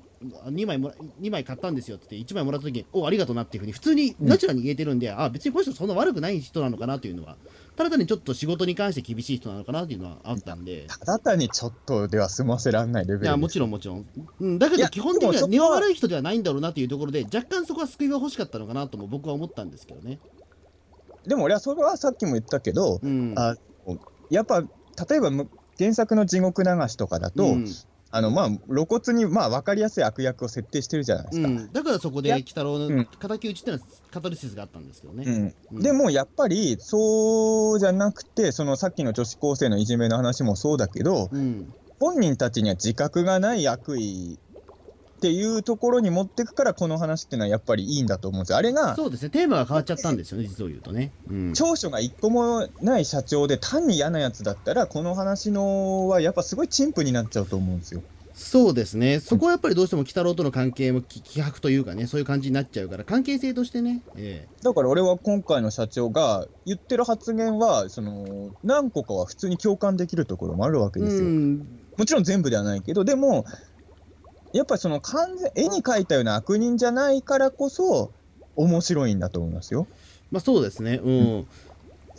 2枚もら2枚買ったんですよって言って1枚もらった時におありがとうなっていうふうに普通にナチュラルに言えてるんで、あ別にこの人そんな悪くない人なのかなというのはただ単にちょっと仕事に関して厳しい人なのかなっていうのはあったんで。
ただ単にちょっとでは済ませられないレベル
いやもちろんもちろん、うん、だけ
い
ど
や
基本的に
で
は
もそこは
根は悪い人ではないんだろうなというところで若干そこは救いが欲しかったのかなとも僕は思ったんですけどね。
でも俺はそれはさっきも言ったけど、
うん、
あやっぱ例えばむ原作の地獄流しとかだと、
うん
あのまあ露骨にまあ分かりやすい悪役を設定してるじゃないで
う
すか。
ん、だからそこで
いや
鬼太郎
う
の
ん
敵討ちってのはカタルシスがあったんですけど
う
ね。
ん
うん
でもやっぱりそうじゃなくてそのさっきの女子高生のいじめの話もそうだけど
うん、
本人たちには自覚がない悪意っていうところに持ってくからこの話っていうのはやっぱりいいんだと思うんですよ。あれが
そうですね、テーマが変わっちゃったんですよね、実を言うとね。うん、
長所が一個もない社長で単に嫌なやつだったらこの話のはやっぱすごい陳腐になっちゃうと思うんですよ。
そうですね、そこはやっぱりどうしても鬼太郎との関係もき希薄というかね、そういう感じになっちゃうから、関係性としてね、え
だから俺は今回の社長が言ってる発言はその何個かは普通に共感できるところもあるわ
え
けです
う
よ。
ん、
もちろん全部ではないけど、でも、やっぱりその完全、絵に描いたような悪人じゃないからこそ、面白いんだと思いますよ。
まあそうですね。うん。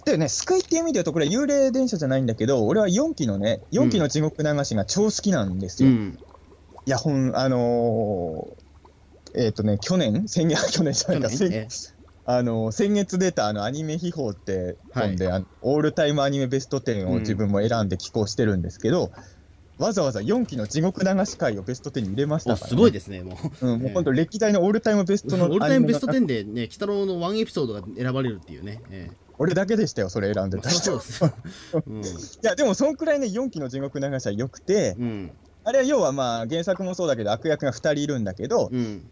でね、救いっていう意味で言うと、これは幽霊電車じゃないんだけど、俺は4期のね、4期の地獄流しが超好きなんです
う
よ。
ん。
いや、ほん、あのーえっ、とね、去年、先月、去年じゃないか、
去年
先
ね
あのー先月出たあのアニメ秘宝って本で、あのオールタイムアニメベスト10を自分も選んで寄稿してるんですけど、わざわざ4期の地獄流し会をベスト10に入れました
お
から、ね。
すごいですね、もう。
うん、もう本当、歴代のオールタイムベスト の
オールタイムベスト
アニメの中
10でね、鬼太郎のワンエピソードが選ばれるっていうね。え
俺だけでしたよ、それ選ん
え
で
ま
た
あ、
人。
そうで
い
す。うん。
や、 でも、そんくらいね、4期の地獄流しは良くて、
うん。
あれは要はまあ、原作もそうだけど、悪役が2人いるんだけど、
うん。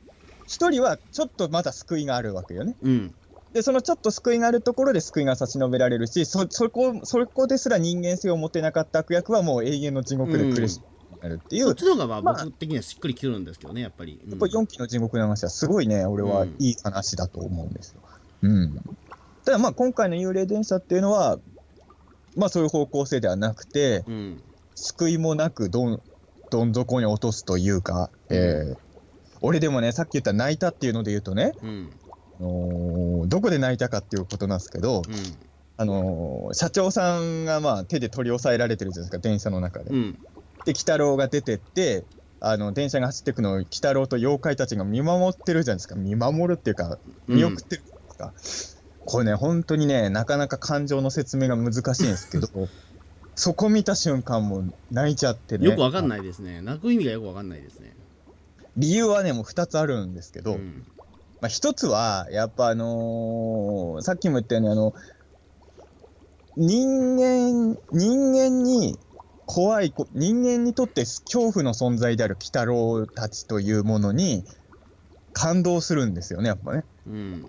1人はちょっとまだ救いがあるわけよね。
うん。
で、そのちょっと救いがあるところで救いが差し伸べられるし、そ、そこ、そこですら人間性を持てなかった悪役はもう永遠の地獄で苦しくなるっていう、
そっちの方がま
ま
あ
あ
僕的にはしっくりきてるんですけどね、やっぱり。うん
やっぱ4期の地獄流しはすごいね、俺はいい話だと思うんですよ。うん。ただまあ今回の幽霊電車っていうのは、まあそういう方向性ではなくて、
うん。
救いもなくどん、どん底に落とすというか、えー俺でもね、さっき言った泣いたっていうので言うとね、
うん。うん。
あのーどこで泣いたかっていうことなんですけど、あのー社長さんがまあ手で取り押さえられてるじゃないですか、電車の中で。
うん。
で、鬼太郎が出てって、あの電車が走っていくのを鬼太郎と妖怪たちが見守ってるじゃないですか、見守るっていうか、見送ってるじゃないですか、これね、本当にね、なかなか感情の説明が難しいんですけ ど、そこ見た瞬間、もう泣いちゃってね、
よくわかん
い
ないですね。泣く意味がよくわかんないですね。
理由はね、もう2つあるんですけど、
ん。
まあ、1つは、やっぱ、あのーさっきも言ったように、あの人間人間に怖いこ人間にとって恐怖の存在である鬼太郎たちというものに感動するんですよね、やっぱね。
うん。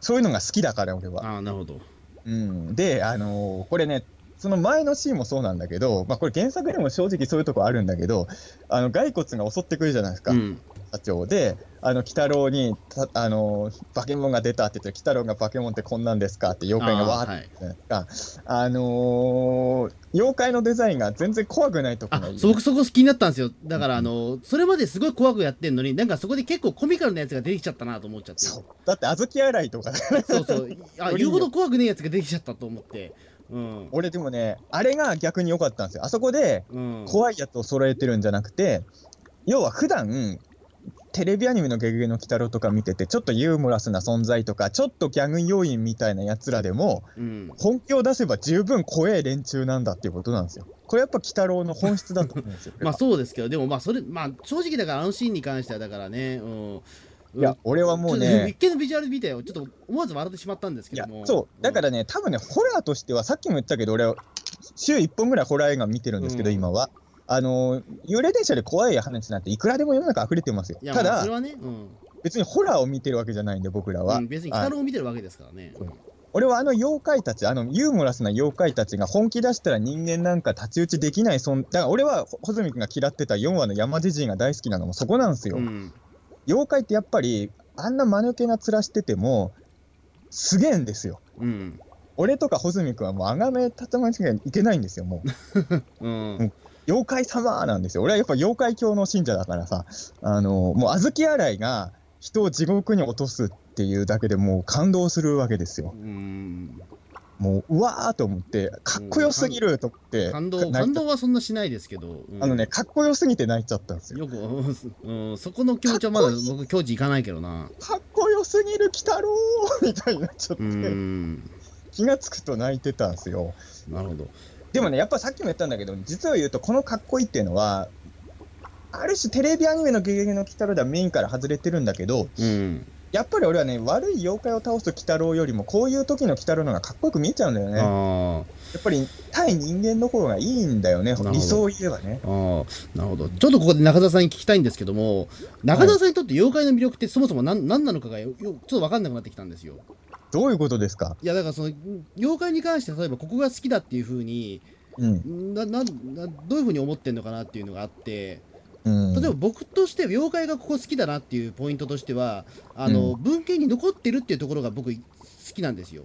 そういうのが好きだから、俺は。
ああ、なるほど。
うん、で、あのーこれね、その前のシーンもそうなんだけど、まあ、これ原作にも正直そういうとこあるんだけど、あの骸骨が襲ってくるじゃないですか、
うん。
社長で、あの、鬼太郎に、たあのー、バケモンが出たって言って、鬼太郎がバケモンってこんなんですかって妖怪がわー
あ
って言うじゃないですか。あのー妖怪のデザインが全然怖くないとこ
あ
がいい。
そ僕そこ好きになったんですよだから、
うん
あのそれまですごい怖くやってんのになんかそこで結構コミカルなやつが出てきちゃったなと思っちゃって
そうだって、小豆洗いとか、
そうそうあ言うほど怖くねえやつが出てきちゃったと思ってうん、
俺でもね、あれが逆に良かったんですよ。あそこで、
うん、
怖いやつを揃えてるんじゃなくて、要は普段テレビアニメの「ゲゲゲの鬼太郎」とか見ててちょっとユーモラスな存在とかちょっとギャグ要因みたいなやつらでも
うん
本気を出せば十分怖え連中なんだっていうことなんですよ。これやっぱ鬼太郎の本質だと思うんですよ
。まあそうですけどでもまあそれまあ正直だからあのシーンに関してはだからねうん
いや俺はもう
ちょっと一
ね
見のビジュアル見てよちょっと思わず笑ってしまったんです
い
けど
や
も
そうだからね多分ねホラーとしてはさっきも言ったけど俺は週1本ぐらいホラー映画見てるんですけど、
うん
今は。あの幽霊電車で怖い話なんていくらでも世の中溢れてますよ
いや
た
まあそれ
だ
はね、うん
別にホラーを見てるわけじゃないんで僕らは、
うん別に鬼太郎を見てるわけですからね、
はい俺はあの妖怪たち、あのユーモラスな妖怪たちが本気出したら人間なんか太刀打ちできない存、だから俺はほ穂積君が嫌ってた4話の山じじいが大好きなのもそこなんですよ。
うん、
妖怪ってやっぱり、あんな間抜けな面してても、すげえんですよ。
うん
俺とか穂積君はもうあがめたたまにしかいけないんですよ、 もう。
うん
うん妖怪様なんですよ。俺はやっぱ妖怪教の信者だからさ、あの、もう小豆洗いが人を地獄に落とすっていうだけでもう感動するわけですよ。
うん
もう、うわーと思って、かっこよすぎると思って、
感動
泣
感
いた
動はそんなしないですけど、うん
あのね、かっこよすぎて泣いちゃったんですよ。
よく、 うん、そこの境地はまだ僕境地行かないけどな
かっこよすぎる、鬼太郎みたいになっちゃっ
う
て、
ん
気がつくと泣いてたんですよ。
なるほど
でもね、やっぱさっきも言ったんだけど、実を言うと、このかっこいいっていうのは、ある種テレビアニメのゲゲゲの鬼太郎ではメインから外れてるんだけど、
うん
やっぱり俺はね、悪い妖怪を倒す鬼太郎よりも、こういう時の鬼太郎の方がかっこよく見えちゃうんだよね。や
あ
っぱり対人間の方がいいんだよね
るほど、
理想を言えばね。
あああなるほどちょっとここで中澤さんに聞きたいんですけども中澤さんにとって妖怪の魅力ってそもそも何何なのかがよよちょっと分かんなくなってきたんですよ
どういうことですか
いやだからその妖怪に関して例えばここが好きだっていうふうに
うん。
なななどういうふうに思ってんのかなっていうのがあって
うん、
例えば僕として妖怪がここ好きだなっていうポイントとしてはあの、
う
文献に残ってるっていうところが僕好きなんですよ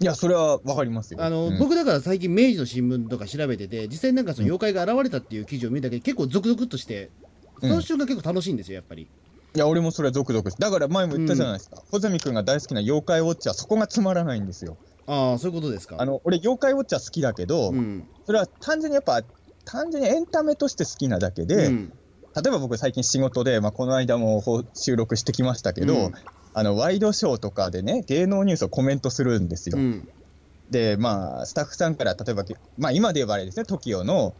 いや、それはわかりますよ。
あの、
うん
僕だから最近明治の新聞とか調べてて実際なんかその妖怪が現れたっていう記事を見るだけで結構ゾクゾクっとして
うん
その瞬間結構楽しいんですよやっぱり
いや、俺もそれはゾクゾクしだから前も言ったじゃないですか。穂積君が大好きな妖怪ウォッチャー、そこがつまらないんですよ。
ああそういうことですか
あの、俺、妖怪ウォッチャー好きだけど、
うん
それは単純にやっぱ、単純にエンタメとして好きなだけで、
うん
例えば僕最近仕事で、まあ、この間もほ収録してきましたけど、
うん
あのワイドショーとかでね芸能ニュースをコメントするんですよ、
うん
でまあスタッフさんから例えば、まあ、今で言えばあれですね TOKIO の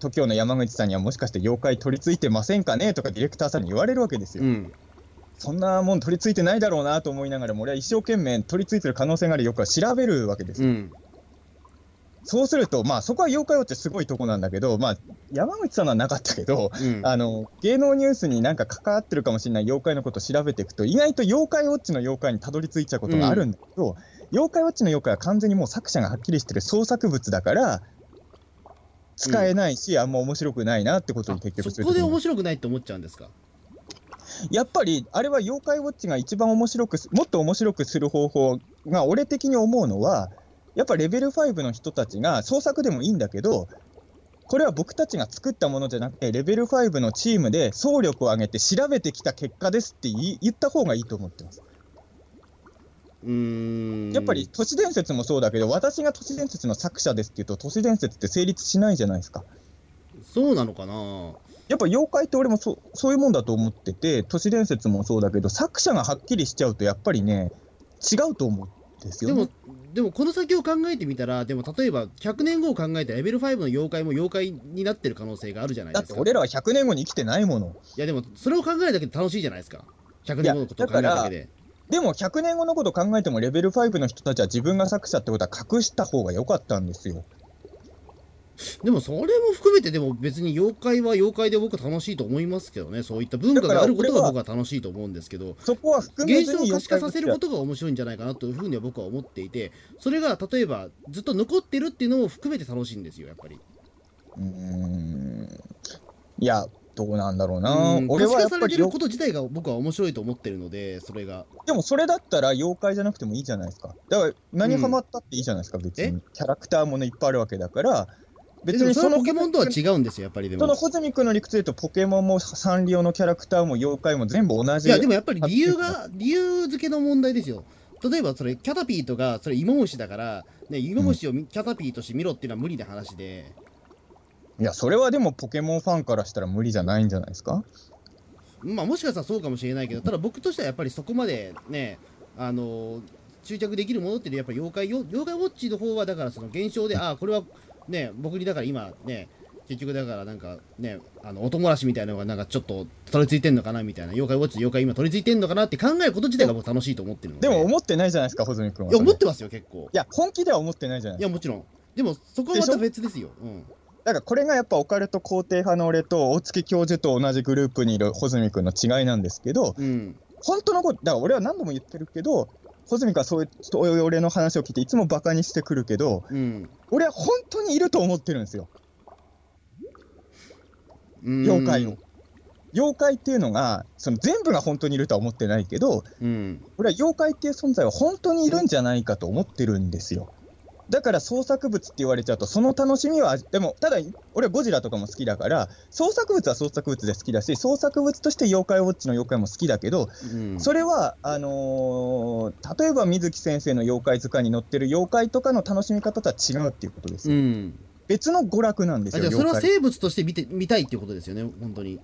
TOKIO の山口さんにはもしかして妖怪取り付いてませんかねとかディレクターさんに言われるわけですよ、
うん
そんなもん取り付いてないだろうなと思いながらも俺は一生懸命取り付いてる可能性がある妖怪を調べるわけですよ、
うん
そうするとまあそこは妖怪をってすごいとこなんだけどまあ山口さんのはなかったけど
うん
あの芸能ニュースになんか関わってるかもしれない妖怪のことを調べていくと意外と妖怪ウォッチの妖怪にたどり着いちゃうことがあるんだけど、妖怪ウォッチの妖怪は完全にもう作者がはっきりしてる創作物だから使えないし、あんま面白くないなってことに結局
あ
す
そ
る
こで面白くないって思っちゃうんですか
やっぱりあれは妖怪ウォッチが一番面白くすもっと面白くする方法が俺的に思うのはやっぱレベル5の人たちが創作でもいいんだけどこれは僕たちが作ったものじゃなくてレベル5のチームで総力を挙げて調べてきた結果ですって言い言った方がいいと思ってます
うーん
やっぱり都市伝説もそうだけど私が都市伝説の作者ですって言うと都市伝説って成立しないじゃないですか
そうなのかな
やっぱ妖怪って俺もそうそういうもんだと思ってて都市伝説もそうだけど作者がはっきりしちゃうとやっぱりね違うと思うんです
で
よ、
も
ね、、
でもこの先を考えてみたら、でも例えば100年後を考えたらレベル5の妖怪も妖怪になってる可能性があるじゃない
だ
で
って
すか。
俺らは100年後に生きてないもの
いやでもそれを考えるだけで楽しいじゃないですか。100年後のことを考えるだけで。
でも100年後のことを考えてもレベル5の人たちは自分が作者ってことは隠した方が良かったんですよ
でもそれも含めて、でも別に妖怪は妖怪で僕は楽しいと思いますけどね。そういった文化があることが
だから
僕は楽しいと思うんですけど、
そこは含め
現
ず
象を
に
可視化させるこ
と
とが面白いんじゃないかなというふうには僕は思っていて、それが例えばずっと残ってるっていうのも含めて楽しいんですよ、やっぱり。
うーんいやどうなんだろうな
うん可
俺
視
は
化
やっ
さ
ぱ
れて
り
る
よ
こと自体が僕は面白いと思ってるので、それが。
でもそれだったら妖怪じゃなくてもいいじゃないですかだから何ハマったっていいじゃないですか、別にキャラクターもねいっぱいあるわけだから別
でも
に
そ
そ
れは
の
ポケモンとは違うんですよ、やっぱりで
その
も。
ホズミ君の理屈で言うと、ポケモンもサンリオのキャラクターも妖怪も全部同
い
じ。
や、でもやっぱり理由が、理由付けの問題ですよ。例えば、それ、キャタピーとか、それ、イモムシだから、ね、イモムシをみキャタピーとして見ろっていうのは無理な話で。
いや、それはでもポケモンファンからしたら無理じゃないんじゃないですか
まあ、もしかしたらそうかもしれないけど、ただ僕としてはやっぱりそこまでね、あのー執着できるものっていうのはやっぱり妖怪よ、妖怪ウォッチの方は、だからその現象で、ああ、これはね、僕にだから今ね、結局だからなんかね、あの、音漏らしみたいなのがなんかちょっと取り付いてんのかなみたいな、妖怪ウォッチ、妖怪今取り付いてんのかなって考えること自体が僕楽しいと思ってるので。
でも思ってないじゃないですか、ホズミ君はい
や、
それ。
思ってますよ、結構
い。や、本気では思ってないじゃな
い
いで
や、
すか。
もちろん。でも、そこはまた別ですよ。うん。
だからこれがやっぱオカルト肯定派の俺と大月教授と同じグループにいるホズミ君の違いなんですけど、
うん。
本当のこと、だから俺は何度も言ってるけど、ホズミ君はそういうちょっと俺の話を聞いていつもバカにしてくるけど、
うん。
俺は本当にいると思ってるんですよ。
うん
妖怪を。妖怪っていうのが、その全部が本当にいるとは思ってないけど、
うん。
俺は妖怪っていう存在は本当にいるんじゃないかと思ってるんですよ。だから創作物って言われちゃうと、その楽しみは、でも、ただ、俺はゴジラとかも好きだから、創作物は創作物で好きだし、創作物として妖怪ウォッチの妖怪も好きだけど、
うん。
それは、あのー例えば水木先生の妖怪図鑑に載ってる妖怪とかの楽しみ方とは違うっていうことです
う
よ。
ん。
別の娯楽なんです
あ
よ、
じゃあそれ
妖
は
怪。
生物として見て見たいっていうことですよね、本当に。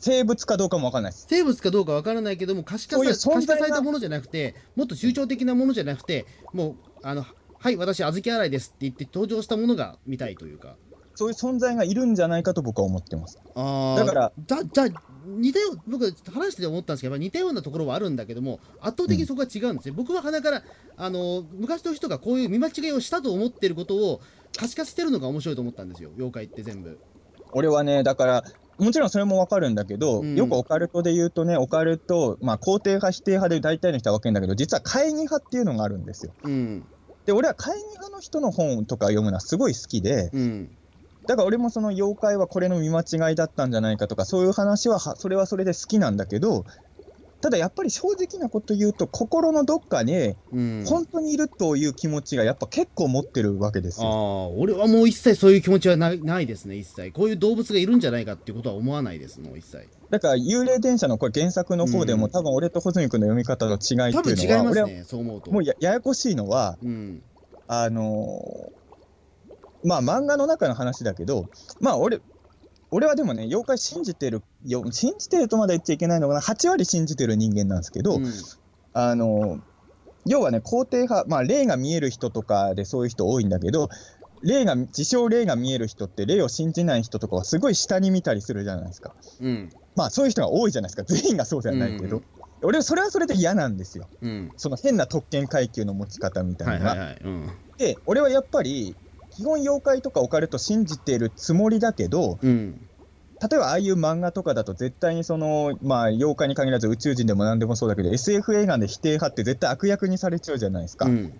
生物かどうかもわかんないです。
生物かどうかわからないけども可視化さ可
そういう存
視化
在が
されたものじゃなくて、もっと集長的なものじゃなくて、もう、あの、はい、私、小豆洗いですって言って登場したものが見たいというか。
そういう存在がいるんじゃないかと僕は思ってます。
あ
だから、
だじゃあ似たよう僕話してて思ったんですけどやっぱ似たようなところはあるんだけども圧倒的にそこが違うんですね、僕は鼻からあの昔の人がこういう見間違いをしたと思ってることを可視化してるのが面白いと思ったんですよ妖怪って全部
俺はねだからもちろんそれもわかるんだけど、
うん
よくオカルトで言うとねオカルト、まあ、肯定派否定派で大体の人は分けるんだけど実は懐疑派っていうのがあるんですよ
うん
で俺は懐疑派の人の本とか読むのはすごい好きで
うん
だから俺もその妖怪はこれの見間違いだったんじゃないかとかそういう話ははそれはそれで好きなんだけどただやっぱり正直なこと言うと、心のどっかに、
うん、
本当にいるという気持ちがやっぱ結構持ってるわけです
あ
よ。
あ俺はもう一切そういう気持ちはないないですね一切こういう動物がいるんじゃないかっていうことは思わないですもう一切
だから幽霊電車のこれ原作の方でも、
うん
多分俺と穂積君の読み方の違い
多
って
分違
い
いう
のは、
ます
俺は
ねそう思うと
もうやややこしいのは、
うん
あのーまあ漫画の中の話だけど、まあ俺、俺はでもね、妖怪信じてるよ、信じてるとまだ言っちゃいけないのかな、8割信じてる人間なんですけど、
うん
あのー要はね、肯定派、まあ霊が見える人とかでそういう人多いんだけど、霊が、自称霊が見える人って、霊を信じない人とかはすごい下に見たりするじゃないですか。
うん
まあそういう人が多いじゃないですか、全員がそうじゃないけど。
うん
俺はそれはそれで嫌なんですよ。
うん
その変な特権階級の持ち方みたいな
はい
のが。
はいはいうん
で俺はやっぱり基本妖怪とかオカルト信じてるつもりだけど
うん
例えばああいう漫画とかだと絶対にその、まあ、妖怪に限らず宇宙人でも何でもそうだけど SF 映画で否定派って絶対悪役にされちゃうじゃないですか、
うん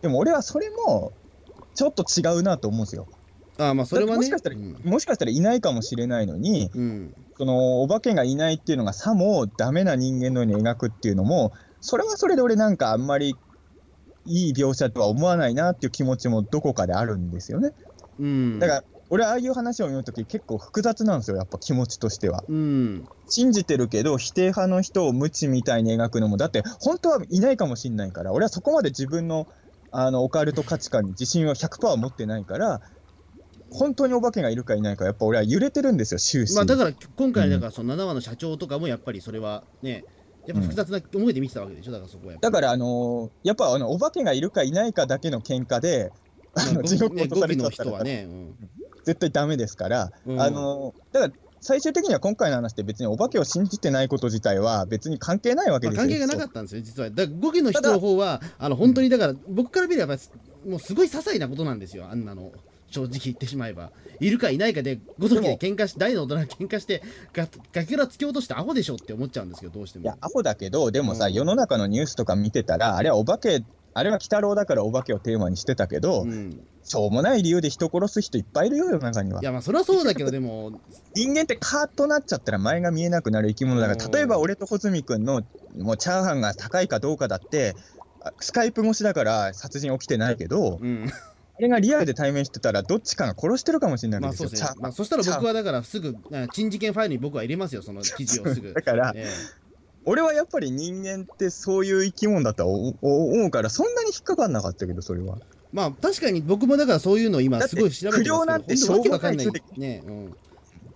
でも俺はそれもちょっと違うなと思うんですよ
ああまあそれはね
だってもしかしたら
うん
もしかしたらいないかもしれないのに
うん
そのお化けがいないっていうのがさもダメな人間のように描くっていうのもそれはそれで俺なんかあんまりいい描写とは思わないなっていう気持ちもどこかであるんですよね
うん
だから、俺、ああいう話を読むとき、結構複雑なんですよ、やっぱ気持ちとしては。
うん
信じてるけど、否定派の人を無知みたいに描くのも、だって、本当はいないかもしれないから、俺はそこまで自分のあのオカルト価値観に自信は100%は持ってないから、本当にお化けがいるかいないか、やっぱ俺は揺れてるんですよ、終始。
まあだか
ら
ら今回だからその7話の社長とかもやっぱりそれはねやっぱ複雑な思いで見てたわけでしょだからそこはやっぱ
だから、あのーやっぱあのお化けがいるかいないかだけの喧嘩で、
ま
あ
あ
の地獄
ね
落と
語
され
尾
ちゃ
の
った
人
ら
は、ねうん
絶対ダメですから、
うん
あのだから最終的には今回の話って別にお化けを信じてないこと自体は別に関係ないわけ
まあ
ですよ。
関係がなかったんですよ、実は。だから、5期の人の方は、あの本当にだから、僕から見れば、もうすごい些細なことなんですよ、あんなの、正直言ってしまえば。いるかいないかで、ごときで喧嘩し、大の大人が喧嘩して、が崖から突き落として、アホでしょって思っちゃうんですけど、どうして
いや
も。
アホだけどでもさ、
うん
世の中のニュースとか見てたらあれはお化けあれは鬼太郎だからお化けをテーマにしてたけど、
うん、
しょうもない理由で人殺す人いっぱいいるよ世の中にはい
や、まあ、それはそうだけど、でも、
人間ってカーッとなっちゃったら前が見えなくなる生き物だから、
うん
例えば俺と穂積君のもうチャーハンが高いかどうかだってあスカイプ越しだから殺人起きてないけど、
うん、
あれがリアルで対面してたらどっちかが殺してるかもしれない
ま
わ
あ、
けです
そうですね
よ、チャ。ーハ
ま
ン
あ、そしたら僕はだから、すぐ、あ珍事件ファイルに僕は入れますよ、その記事をすぐ
だ。から、
え
俺はやっぱり人間ってそういう生き物だとはおお思うから、そんなに引っかかんなかったけど、それは。
えまあ、確かに僕もだから、そういうのを今、すごい調べてますけど、
だって不良なんて
本当わけわかんない
しょうもな。
ね、うん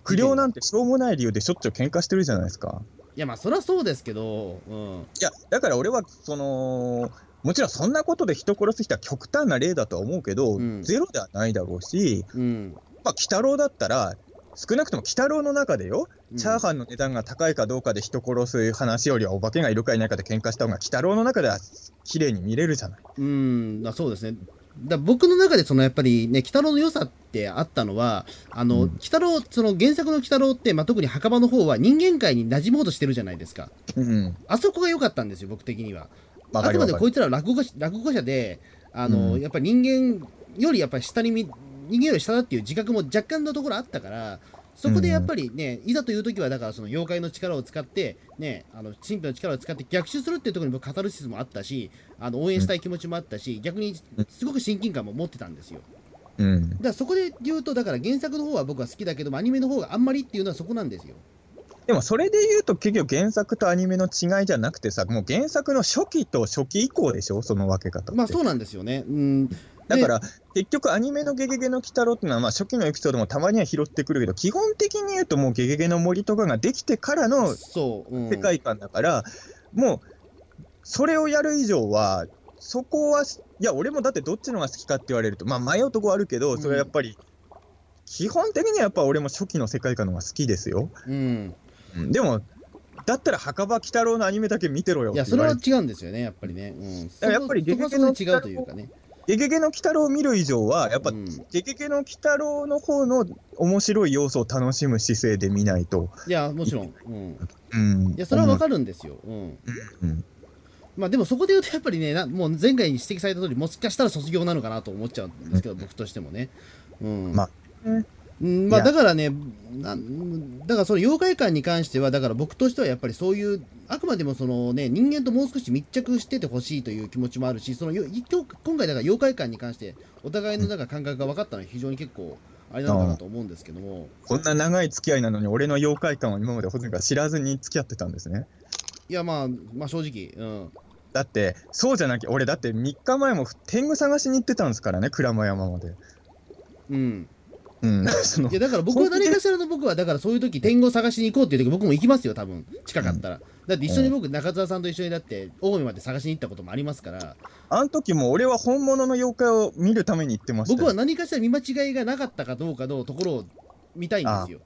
不良なんてしょうもない理由でしょっちゅう喧嘩してるじゃないですか。
いやまあそりゃそうですけど、うん、
いや、だから俺は、その、もちろんそんなことで人殺す人は極端な例だとは思うけど、
うん
ゼロではないだろうし、
うん、
まあ、鬼太郎だったら、少なくとも鬼太郎の中でよ、チャーハンの値段が高いかどうかで人殺す話よりは、お化けがいるかいないかで喧嘩した方が、鬼太郎の中では綺麗に見れるじゃない。
うん、だそうですね。だ僕の中でそのやっぱりね、鬼太郎の良さってあったのは、あの、
うん
鬼太郎、その原作の鬼太郎って、まあ、特に墓場の方は人間界に馴染もうとしてるじゃないですか。
うん、
あそこが良かったんですよ、僕的には。
わ
あ
か
く
る
ま
わ
で
か
こ
る。
いつら落語家落語者で、あの、
うん
やっぱり人間よりやっぱり下に見、人間より下だっていう自覚も若干のところあったから、そこでやっぱりね、いざという時はだからその妖怪の力を使って、ね、あの神秘の力を使って逆襲するっていうところに僕カタルシスもあったし、あの応援したい気持ちもあったし、逆にすごく親近感も持ってたんですよ。
うん
だからそこで言うと、だから原作の方は僕は好きだけども、アニメの方があんまりっていうのはそこなんですよ。
でもそれで言うと結局原作とアニメの違いじゃなくてさもう原作の初期と初期以降でしょその分け方って、
まあそうなんですよね。うん。
だから結局アニメの「ゲゲゲの鬼太郎」っていうのはまあ初期のエピソードもたまには拾ってくるけど基本的に言うともう「ゲゲゲの森」とかができてからの
そう。うん、
世界観だから、もうそれをやる以上はそこはいや俺もだってどっちのが好きかって言われるとまあ迷うとこはあるけどそれはやっぱり、基本的にはやっぱ俺も初期の世界観の方が好きですよ。
うん。
でも、だったら墓場鬼太郎のアニメだけ見てろよっ
い
て
や、そ
言
れ
わ
は
れて。
違うんですよね、やっぱりね。うん、
らやっぱり
そこはそこ
ゲゲゲの
はそこで違うというかね。
ゲゲゲの鬼太郎を見る以上は、やっぱ、
うんい
ゲゲゲの鬼太郎の方の面白い要素を楽しむ姿勢で見ないと。
や、もちろん。うん、
う
い
ん。
や、それはわかるんですよ。うん。
うん
まあ、でもそこで言うと、やっぱりねな、もう前回に指摘された通り、もしかしたら卒業なのかなと思っちゃうんですけど、僕としてもね。うん。
まあ
うんまあ
いや
だからねなんだからその妖怪感に関してはだから僕としてはやっぱりそういうあくまでもそのね人間ともう少し密着しててほしいという気持ちもあるしそのよ今日今回だから妖怪感に関してお互いのなんか感覚が分かったのは非常に結構あれなのかなと思うんですけども
こんな長い付き合いなのに、俺の妖怪感を今までほとんど知らずに付き合ってたんですね。
いやまあまあ正直うん
だって、そうじゃなきゃ、俺だって3日前も天狗探しに行ってたんですからね、鞍馬山まで。
うん
うん、 その
いやだから僕は誰かしらの僕はだからそういう時天狗を探しに行こうっていう時僕も行きますよ多分近かったらだって一緒に僕中澤さんと一緒にだって青梅まで探しに行ったこともありますから
あの時も俺は本物の妖怪を見るために行ってましたよ
僕は何かしら見間違いがなかったかどうかのところを見たいんですよ。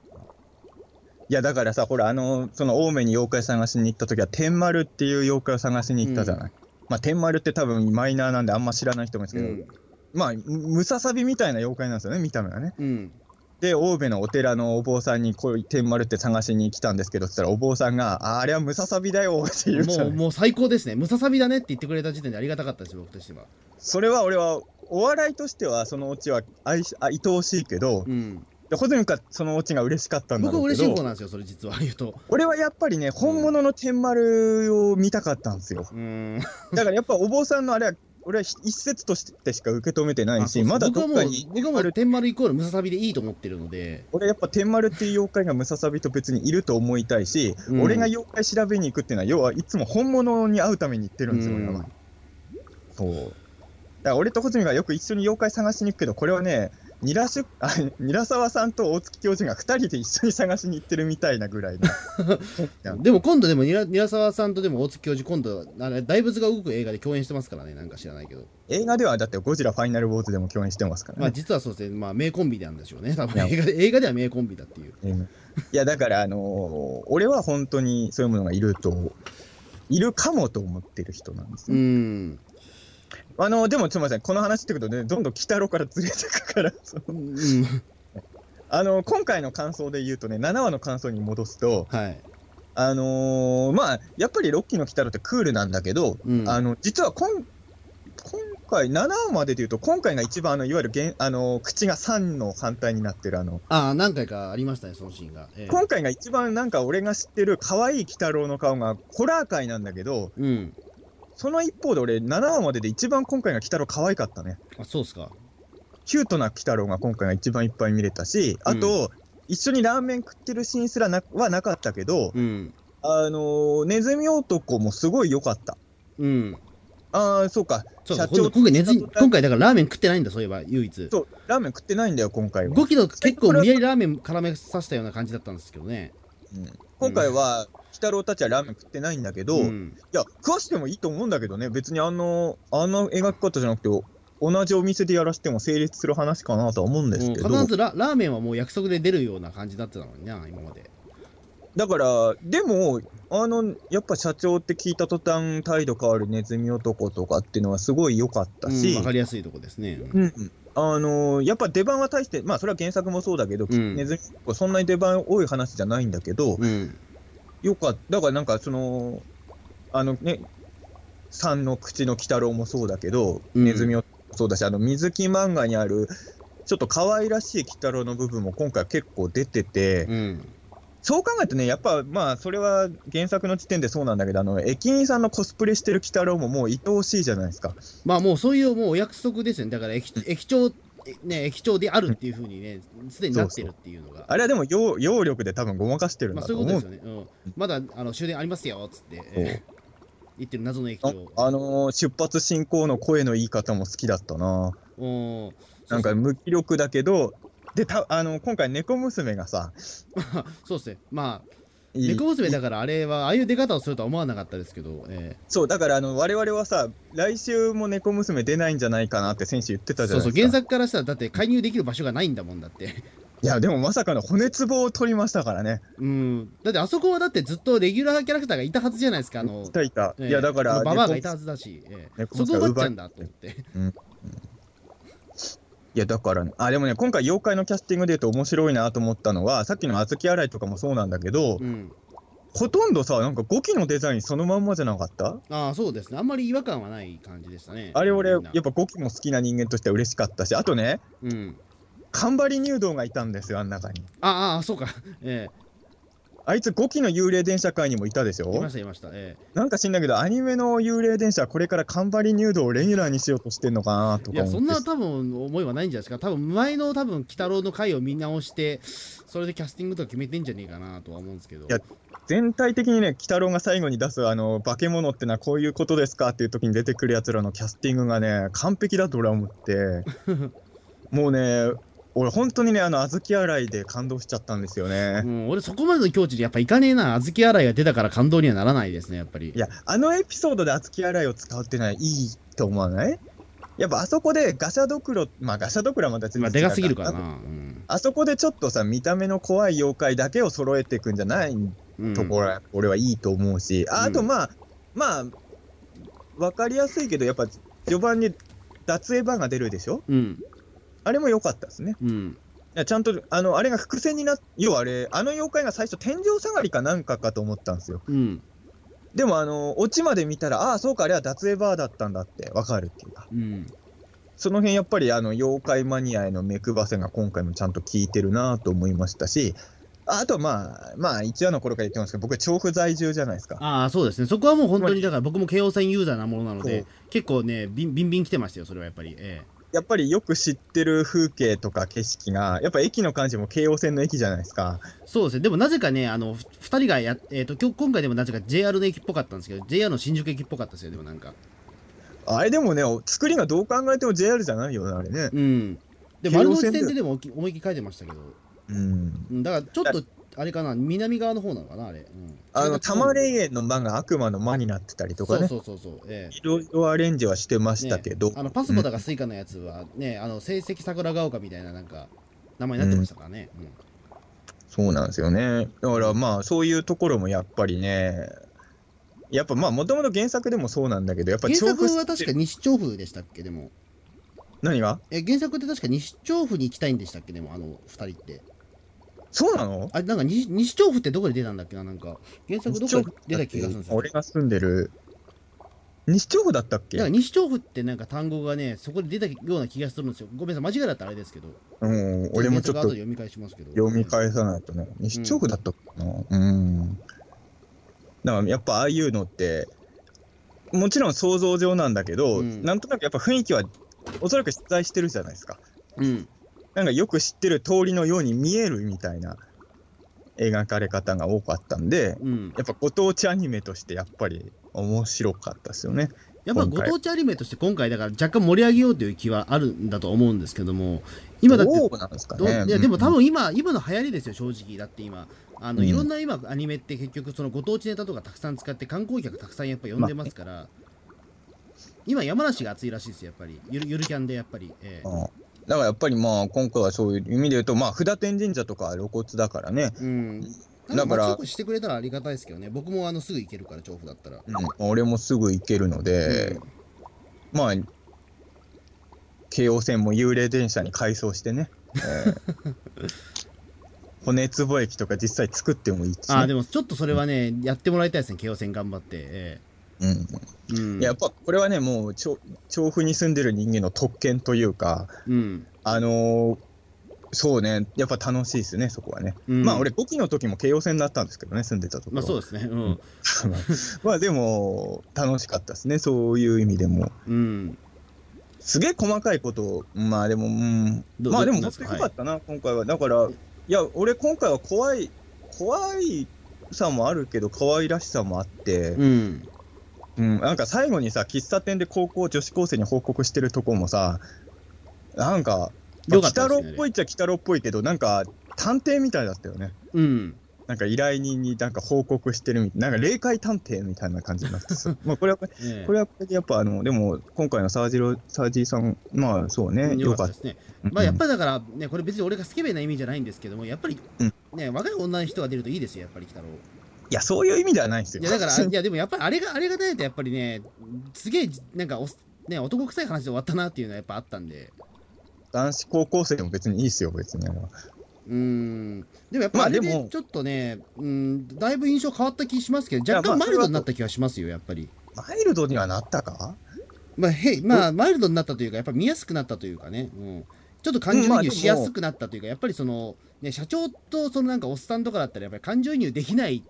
いやだからさ、ほら、あの、その青梅に妖怪探しに行った時は、天丸っていう妖怪を探しに行ったじゃない。まあ、天丸って多分マイナーなんであんま知らない人もいる
うん
です
ん
けど、まあ、ムササビみたいな妖怪なんですよね、見た目はね。
うん
で、青梅のお寺のお坊さんに、こう、天丸って探しに来たんですけど、つったら、お坊さんが、ああれはムササビだよって言うじゃな
もう
い。
もう最高ですね、ムササビだねって言ってくれた時点でありがたかったです、僕としては。
それは俺は、お笑いとしては、そのオチは愛し、あ愛おしいけど、
うん、
で穂積かそのオチが嬉しかったんだ
僕
ろ
は
う
嬉
け
しい方
ど、
なんですよ、それ実は言うと。
俺はやっぱりね、本物の天丸を見たかったんですよ。
うーん
だからやっぱお坊さんのあれは、俺は一説としてしか受け止めてない
あそう
し、
そう
まだ
僕
ど
は
っ
も
か
う
に、
僕はもう天丸イコールムササビでいいと思ってるので、
俺やっぱ天丸っていう妖怪がムササビと別にいると思いたいし、
うん
俺が妖怪調べに行くっていうのは、要はいつも本物に会うために行ってるんですよ、
うん
俺は。そう。だから俺と穂積がよく一緒に妖怪探しに行くけど、これはね、ニラシュ あニラサワさんと大月教授が2人で一緒に探しに行ってるみたいなぐらいの。や
でも今度、でもニラニラサワさんとでも大月教授、今度、あれ大仏が動く映画で共演してますからね、なんか知らないけど、
映画ではだってゴジラファイナルウォーズでも共演してますからね
まあ、。実はそうですね、まあ、名コンビなんでしょうね、多
い
分
や
映画で映画では名コンビだっていう。
うんいやだから、あのー俺は本当にそういうものがいると、いるかもと思ってる人なんです
う
ね、
ん
あのーでもすみません、この話ってことで、どんどん鬼太郎からずれてくから、 その
うん、
あのー今回の感想で言うとね、7話の感想に戻すと、
はい、
あのーまあ、やっぱりロッキーの鬼太郎ってクールなんだけど、
うん
あの実はこん今回、7話までで言うと、今回が一番あの、いわゆるげん、あのー口が3の反対になってる、あの
ああ、何回かありましたね、そのシーンが。ええ
今回が一番なんか俺が知ってる可愛い鬼太郎の顔がホラー界なんだけど、
うん。
その一方で俺、7話までで一番今回が鬼太郎可愛かったね。
あ、そうっすか。
キュートな鬼太郎が今回が一番いっぱい見れたし、あと、一緒にラーメン食ってるシーンすらなはなかったけど、
うん。
あのーネズミ男もすごい良かった。
うん。
ああ、そうか。
そうか、
社長
今回ネズミ、
社長
今回だからラーメン食ってないんだ、そういえば、唯一。
そう、ラーメン食ってないんだよ、今回は。
5キロ結構無理やりラーメン絡めさせたような感じだったんですけどね。
うん今回は、鬼太郎たちはラーメン食ってないんだけど、い
ん。
や、食わしてもいいと思うんだけどね、別にあの、あの描き方じゃなくて、同じお店でやらせても成立する話かなとは思うん
う
で
ん
すけど。
必ずララーメンはもう約束で出るような感じだったのにな、今まで。
だから、でも、あの、やっぱ社長って聞いた途端、態度変わるネズミ男とかっていうのはすごい良かった
うん
し、
わかりやすいとこですね。
うんあのやっぱ出番は大して、まあそれは原作もそうだけど、
うん
ネズミ男、そんなに出番多い話じゃないんだけど、
うん。
よかった、だからなんかその、あのね、三の口の鬼太郎もそうだけど、
うん
ネズミ男もそうだし、あの水木漫画にある、ちょっと可愛らしい鬼太郎の部分も今回結構出てて、
うん。
そう考えてね、やっぱまあ、それは原作の時点でそうなんだけど、あの駅員さんのコスプレしてる鬼太郎ももう愛おしいじゃないですか。
まあもうそういうもうお約束ですよね。だから駅、駅長、えね、駅長であるっていうふうにね、すでになってるっていうのが。
あれはでも、揚揚力で多分ごまかしてるん
まあ
だ
そ
と
ういう
思
こ
う。
とですよね。うん。まだあの終電ありますよ、つって、えー言ってる謎の駅長。
ああのー出発進行の声の言い方も好きだったな。
おー
なんか無気力だけど、で、たあの今回、猫娘がさ、
そうですね、まあ、
いい
猫娘だからあれは、ああいう出方をするとは思わなかったですけど、え
そう、だからあの我々はさ、来週も猫娘出ないんじゃないかなって選手言って
え
たじ
そ
ゃ
う
ない
そ
で
う、
すか。
原作からしたら、だって介入できる場所がないんだもんだって、
いや、でもまさかの骨壺を取りましたからね。
うん、だってあそこはだってずっとレギュラーキャラクターがいたはずじゃないですか、あの
い、たいた。
ええ
いや、だから、
あのババアがい
猫
たはずだし、ええ
猫
そ
娘
こ
が
奪っちゃうんだと思って、
いやだから、ね、あでもね、今回、妖怪のキャスティングで言うと面白いなと思ったのは、さっきの小豆洗いとかもそうなんだけど、
うん、
ほとんどさ、なんか5期のデザインそのまんまじゃなかった
ああ、そうですね、あんまり違和感はない感じでしたね。
あれ、俺、
み
や
ん
っ
な
ぱ5期も好きな人間としては嬉しかったし、あとね、
うん、
ンバリ入道がいたんですよ、あん中に。
ああ、そうか。え
あいつ5期の幽霊電車界にもいたでし
えいま
ょ
した、いました。え
なんか知んないけど、アニメの幽霊電車はこれからカンバリ入道をレギュラーにしようとしてんのかな
え
と
い
か
や、
思
そ
っ
ん
て
な。多分思いはないんじゃないですか。多分前の多分、鬼太郎の回を見直して、それでキャスティングとか決めてんじゃねえかなとは思うんですけど。
いや全体的にね、鬼太郎が最後に出す、あの、化け物ってのはこういうことですかっていう時に出てくる奴らのキャスティングがね、完璧だと俺は 思って、もうね、俺本当にね、あの、小豆洗いで感動しちゃったんですよね
う。ん、俺そこまでの境地でやっぱいかねえな。小豆洗いが出たから感動にはならないですね、やっぱり
い。や、あのエピソードで小豆洗いを使うってのはいいと思わないやっぱあそこでガシャドクロ、まあガシャドクロはまた全
まあ、
然
でかすぎるから
ら
な。うん。
あそこでちょっとさ、見た目の怖い妖怪だけを揃えていくんじゃない
うん
ところは、俺はいいと思うし、
う
あ
ん
あとまあ、まあ、わかりやすいけど、やっぱ序盤に脱エヴァが出るでしょ
うん。
あれも良かったですね。
うん。
いやちゃんと、あの、あれが伏線になっ、要はあれ、あの妖怪が最初天井下がりかなんかかと思ったんですよ。
うん。
でもあの、オチまで見たら、ああ、そうか、あれは脱エヴァだったんだってわかるっていうか。
うん。
その辺やっぱりあの妖怪マニアへの目配せが今回もちゃんと効いてるなと思いましたし、あとまあ、まあ1話の頃から言ってますけど、僕は調布在住じゃないですか。
ああ、そうですね。そこはもう本当に、だから僕も京王線ユーザーなものなので
そ、
結構ね、ビンビンビン来てましたよ、それはやっぱり。え
やっぱりよく知ってる風景とか景色が、やっぱ駅の感じも京王線の駅じゃないですか。
えそうですね。でもなぜかね、あの、ふ二人がや、えっ、と、今日、今回でもなぜか JR の駅っぽかったんですけど、JR の新宿駅っぽかったですよ、でもなんか。
あれでもね、作りがどう考えても JR じゃないよね、あれね。
うん。で、
京
丸の
王
内
線だよ
線ででも思いっきり書いてましたけど、
うん。
うん、だからちょっと、あれかな、南側の方なのかな、あれ。うん、
あの、多摩
れ
霊園の間が悪魔の間になってたりとかね。
そうそうそうそう。ええ
いろいろアレンジはしてましたけど、
あのパスポだがスイカのやつはね、あの成績桜ヶ丘みたいななんか名前になってましたからね。うん
そうなんですよね。だからまあ、そういうところもやっぱりね、やっぱまあ、もともと原作でもそうなんだけど、やっぱ
原作
調
は
布
確か西調布でしたっけでも
何が
え原作って確か西調布に行きたいんでしたっけでもあの二人って
そうなの
あれなんか西西調布ってどこで出たんだっけななんか原作どこで出た気がするんですよ
俺が住んでる、西調布だったっけ
だから西調布ってなんか単語がねそこで出たような気がするんですよごめんなさい間違いだったらあれですけど
うん、俺もちょ
原
っ
作後
と
で読み返しますけど
読み返さないとね、西調布だったかな。うん。だからやっぱああいうのって、もちろん想像上なんだけど、
うん
なんとなくやっぱ雰囲気は、おそらく実在してるじゃないですか。
うん
なんかよく知ってる通りのように見えるみたいな描かれ方が多かったんで、
うん
やっぱご当地アニメとしてやっぱり面白かったですよね。
やっぱ
今
ご
回
当地アニメとして今回だから若干盛り上げようという気はあるんだと思うんですけども今だって
どうなんですか
どう
ね。
いやでも多
分、
分今、今の流行りですよ、正直。だって今、あの
うん
いろんな今、アニメって結局、そのご当地ネタとかたくさん使って、観光客たくさんやっぱ呼んでますから、今、山梨が熱いらしいですよ、やっぱり。ゆるゆるキャンで、やっぱり。ええ
うんだからやっぱりまあ今回はそういう意味で言うと、まあ札天神社とかは露骨だからね、
うん。
ら
だから、チしてくれたらありがたいですけどね、僕もあのすぐ行けるから、調布だったら。
うん俺もすぐ行けるので、まあ、京王線も幽霊電車に改装し てね、えー骨壺駅とか実際作ってもいいしね
ああ、でもちょっとそれはね、やってもらいたいですね、京王線頑張って。え
うん、
えうん。
やっぱこれはね、もう調調布に住んでる人間の特権というか、
うん。
あのーそうね、やっぱ楽しいですね、そこはね。
うん
まあ、俺、5期の時も京王線だったんですけどね、住んでたところ。
まあそうですね。うん。
まあでも、楽しかったですね、そういう意味でも。
うん。
すげえ細かいことを、まあでも、うん、
ど
まあで
ど
も、
う
本
です
当
か
に良かったな、今回は。だから、いや、俺、今回は怖い、怖いさもあるけど、可愛らしさもあって、
うん。
うん、なんか最後にさ、喫茶店で高校女子高生に報告してるとこもさ、なんか、まあ
よかった
北
で
郎
す
っ
ね。
ぽいっちゃ北郎っぽいけど、なんか探偵みたいだったよね。
うん。
なんか依頼人になんか報告してるみたいな、なんか霊界探偵みたいな感じになっ てさまあこれは、こ
ええ
れはこれでやっぱあの、でも今回の沢次郎、沢次さん、まあそうね、
よ
よ
か
か
った
っ
で
た。
すね。
うん
まあやっぱりだからね、これ別に俺がスケベな意味じゃないんですけども、やっぱり
うん
ね、若い女の人が出るといいですよ、やっぱり北郎。
いや、そういう意味ではないです
い
よ。
やだ から、いやでもやっぱりあれが、あれがないとやっぱりね、すげえ、なんかお、ね、男臭い話で終わったなっていうのはやっぱあったんで、
男子高校生でも別にいいですよ、別に。
うーん、でもやっ
ま
ぱ
あ
あれ
で
で
も
ちょっとね、うん、だいぶ印象変わった気しますけど、
や
若干
ま
マ
あ
イルドになった気がしますよ、やっぱり。
マイルドにはなったか
まあ、へいまあ、マイルドになったというか、やっぱ見やすくなったというかね、うん、ちょっと感情
まあ
移
で
入
も
しやすくなったというか、やっぱりその、ね、社長とそのなんかおっさんとかだったら、やっぱり感情移入できない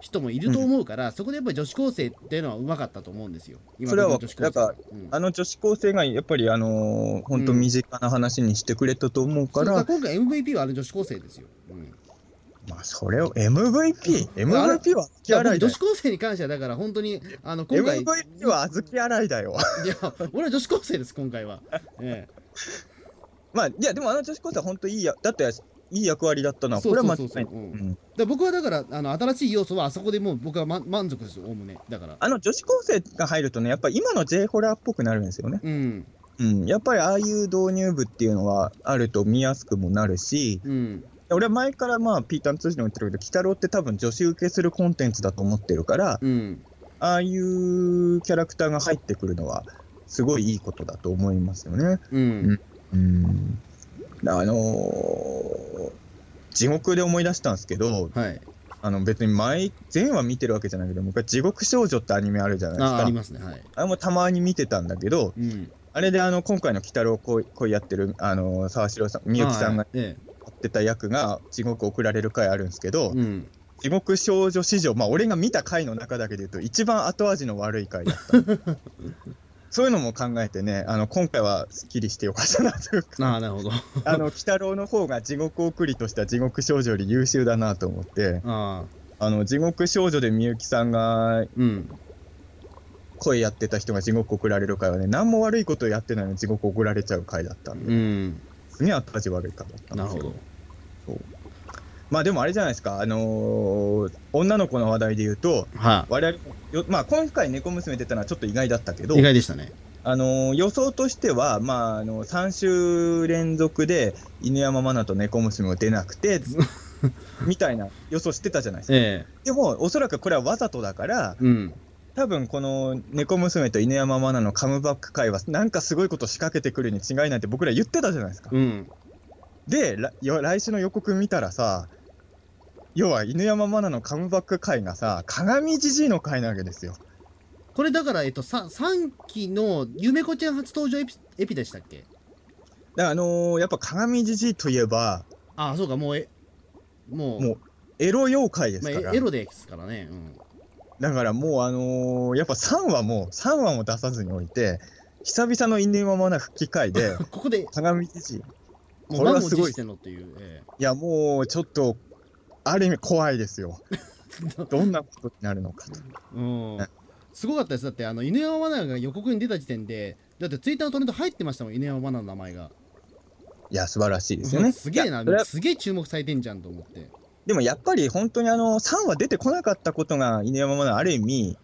人もいると思うから、そこでやっぱり女子高生っていうのはうまかったと思うんですよ、今
それは
の女子高生
なんか
うん
あの女子高生がやっぱり、あのー、本当身近な話にしてくれたと思う
そ
か
うだ
ら、
から今回 MVP はあの女子高生ですよ。うん
まあそれを MVP、
まああれ
MVP は
い
月
や
洗い
僕女
だよ
子。高生に関してはだから本当にあの今回
MVP は小豆洗いだよ。
いや俺は女子高生です今回は、ええ
まあ、いや、でもあの女子高生は本当いいや、だっていい役割だったな、こ
そう
れ
そ
は
う
間
そ
違
う
い
そ
な
う
い。
うん
うん
で僕はだからあの新しい要素はあそこでもう僕は、ま、満足ですおおむねだから
あの女子高生が入るとね、やっぱり今の J ホラーっぽくなるんですよね。
うん
うん、やっぱりああいう導入部っていうのはあると見やすくもなるし、
うん
俺は前からまあピーターン通信でも言ってるけど、鬼太郎って多分女子受けするコンテンツだと思ってるから、
うん
ああいうキャラクターが入ってくるのは、すごいいいことだと思いますよね。
うん
うん。あのー地獄で思い出したんですけど、
はい
あの別に前、前話見てるわけじゃないけど、昔、地獄少女ってアニメあるじゃないです
ああ
か。
りますねはい
あれもたまに見てたんだけど、
うん
あれであの今回の鬼太郎恋恋やってるあの沢城さん、みゆきさんが
はいええ
やってた役が地獄送られる回あるんですけど、
うん
地獄少女史上、まあ、俺が見た回の中だけで言うと、一番後味の悪い回だった。 そういうのも考えてね、あの今回はすっきりしてよかったなというか、
ああなるほどあ
あの鬼太郎の方が地獄送りとした地獄少女より優秀だなと思って、
あ
あの地獄少女でみゆきさんが
うん
声やってた人が地獄送られる回はね、何も悪いことやってないのに地獄送られちゃう回だったんで、
うん
すげえ後味悪い回だったん
な
で
る
す
ほど
よ。まあでもあれじゃないですか、あのー女の子の話題で言うと、
は
我々よ、まあ、今回、猫娘出たのはちょっと意外だったけど
い意、外でしたね
あのー予想としては、まあ、あの3週連続で犬山マナと猫娘を出な くてみたいな予想してたじゃないですか。
え
でも、おそらくこれはわざとだから、
えうん
多分この猫娘と犬山マナのカムバック会は、なんかすごいこと仕掛けてくるに違いないって僕ら言ってたじゃないですか。
うん
で、らよ来週の予告見たらさ、要は犬山マナのカムバック会がさ、鏡じじいの会なわけですよ。
これだからえっとさ3期のゆめこちゃん初登場エピエピでしたっけ
だからあのーやっぱ鏡じじいといえば、
ああそうかもうえもう
もエロ妖怪です
まあ
から。
エエロですからねうん、
だからもうあのーやっぱ3話も、3話も出さずにおいて、久々の犬山マナ復帰会で
ここで
鏡じじい。
もう
これは
満を
す
持
ごい
してのっていう、え
いや、もうちょっと、ある意味怖いです よ。どんなことになるのかと。
えうん
ね
すごかったですだってあの犬山マナーが予告に出た時点でだってツイッターのトレンド入ってましたもん犬山マナーの名前が
いや、素晴らしいですよね。
すげえ
いやそれは
なすげえ注目されてんじゃんと思って
でもやっぱり本当にあの3は出てこなかったことが犬山マナある意味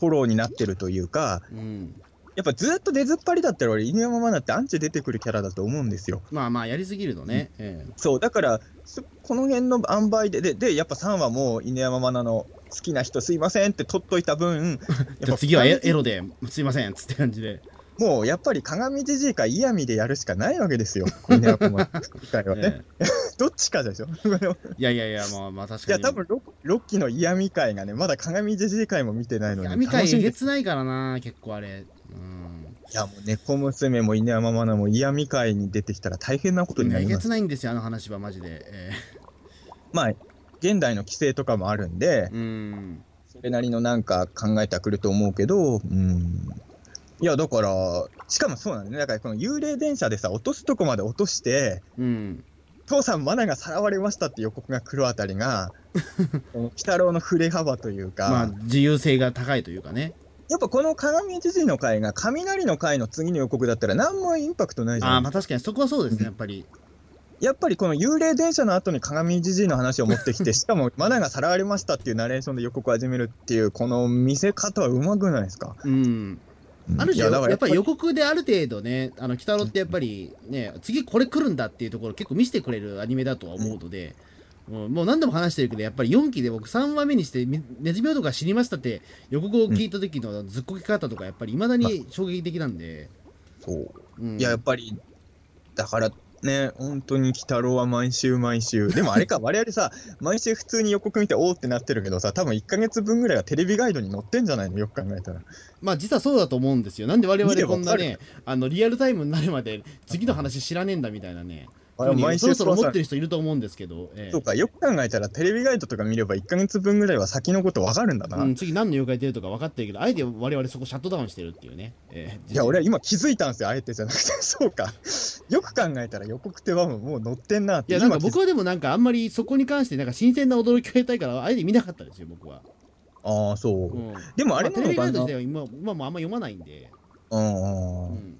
フォローになってるというか、
うん
やっぱずっと出ずっぱりだったら俺犬山マナってアンチ出てくるキャラだと思うんですよ。
まあまあやりすぎるとね、ええ
そう、だからそこの辺の塩梅で、で、で、やっぱ3はもう犬山マナの好きな人すいませんって取っとい た分、
じゃあ次はエエロですいませんっつって感じで
もうやっぱり鏡じじいか嫌味でやるしかないわけですよ。犬山マナの回はね。
え
どっちかで しょ。
えいやいやいやまあまあ確
い
か
や、
に
多分 6, 6期の嫌味会がね、まだ鏡じじい会も見てないのに。
闇
楽
界
し
え
みで
げ
す
つないからな結構あれうん
いや、もう猫娘も犬山マナも嫌味会に出てきたら大変なことにな
え
り
げ
ま
つ
す。
ないんですよあの話はマジで、え
まあ、現代の規制とかもあるんで
え、うん
それなりのなんか考えてはくると思うけど、うん。いや、だから、しかもそうなんだね。だから、この幽霊電車でさ、落とすとこまで落として、
うん
父さんマナがさらわれましたって予告が来るあた りが、この鬼太郎の振れ幅というか、
まあ自由性が高いというかね
やっぱこの鏡じじいの回が雷の回の次の予告だったら何もインパクトないじゃん。
あーまあ確かにそこはそうですねやっぱり
やっぱりこの幽霊電車の後に鏡じじいの話を持ってき て、しかもマナがさらわれましたっていうナレーションで予告を始めるっていう、この見せ方はうまくないですか。
うんある
い
種や
だから
っぱり予告である程度ねあの鬼太郎ってやっぱりね次これ来るんだっていうところ結構見せてくれるアニメだとは思うので、うんもう何度も話してるけどやっぱり4期で僕3話目にしてみネズミ男が死にましたって予告を聞いた時のずっこけ方とかやっぱりいまだに衝撃的なんで、
そう
うん、
いや、やっぱり、だから、うね、本当に、鬼太郎は毎週毎週。でもあれか、我々 さ、毎週普通に予告見て、おーってなってるけどさ、多分1ヶ月分ぐらいはテレビガイドに載ってんじゃないのよく考えたら。
まあ実はそうだと思うんですよ。なんで我
見れ
々
ば
こんな
わ
ね、あのリアルタイムになるまで次の話知らねえんだみたいなね、
あれ毎
そろ
週
そ
そ
ろ
う
思
さ
ってる人いると思うんですけど、ええ
そうか、よく考えたらテレビガイドとか見れば1ヶ月分ぐらいは先のことわかるんだな。
うん、次何の妖怪出るとか分かってるけど、あえて我々そこシャットダウンしてるっていうね。ええ
いや、俺は今気づいたんですよ、あえてじゃなくて、 そうか。よく考えたら予告ってはもう載ってんなっ
い
て。
やなんか
今気づ
僕はでもなんかあんまりそこに関してなんか新鮮な驚きを得たいからあえて見なかったですよ僕は、
ああ、そう。
うん、
でもあれ
まテレ
なの
ビガ
か
イド
な、
自体は今今もあんま読まないんで、
うん
う
うん、
ん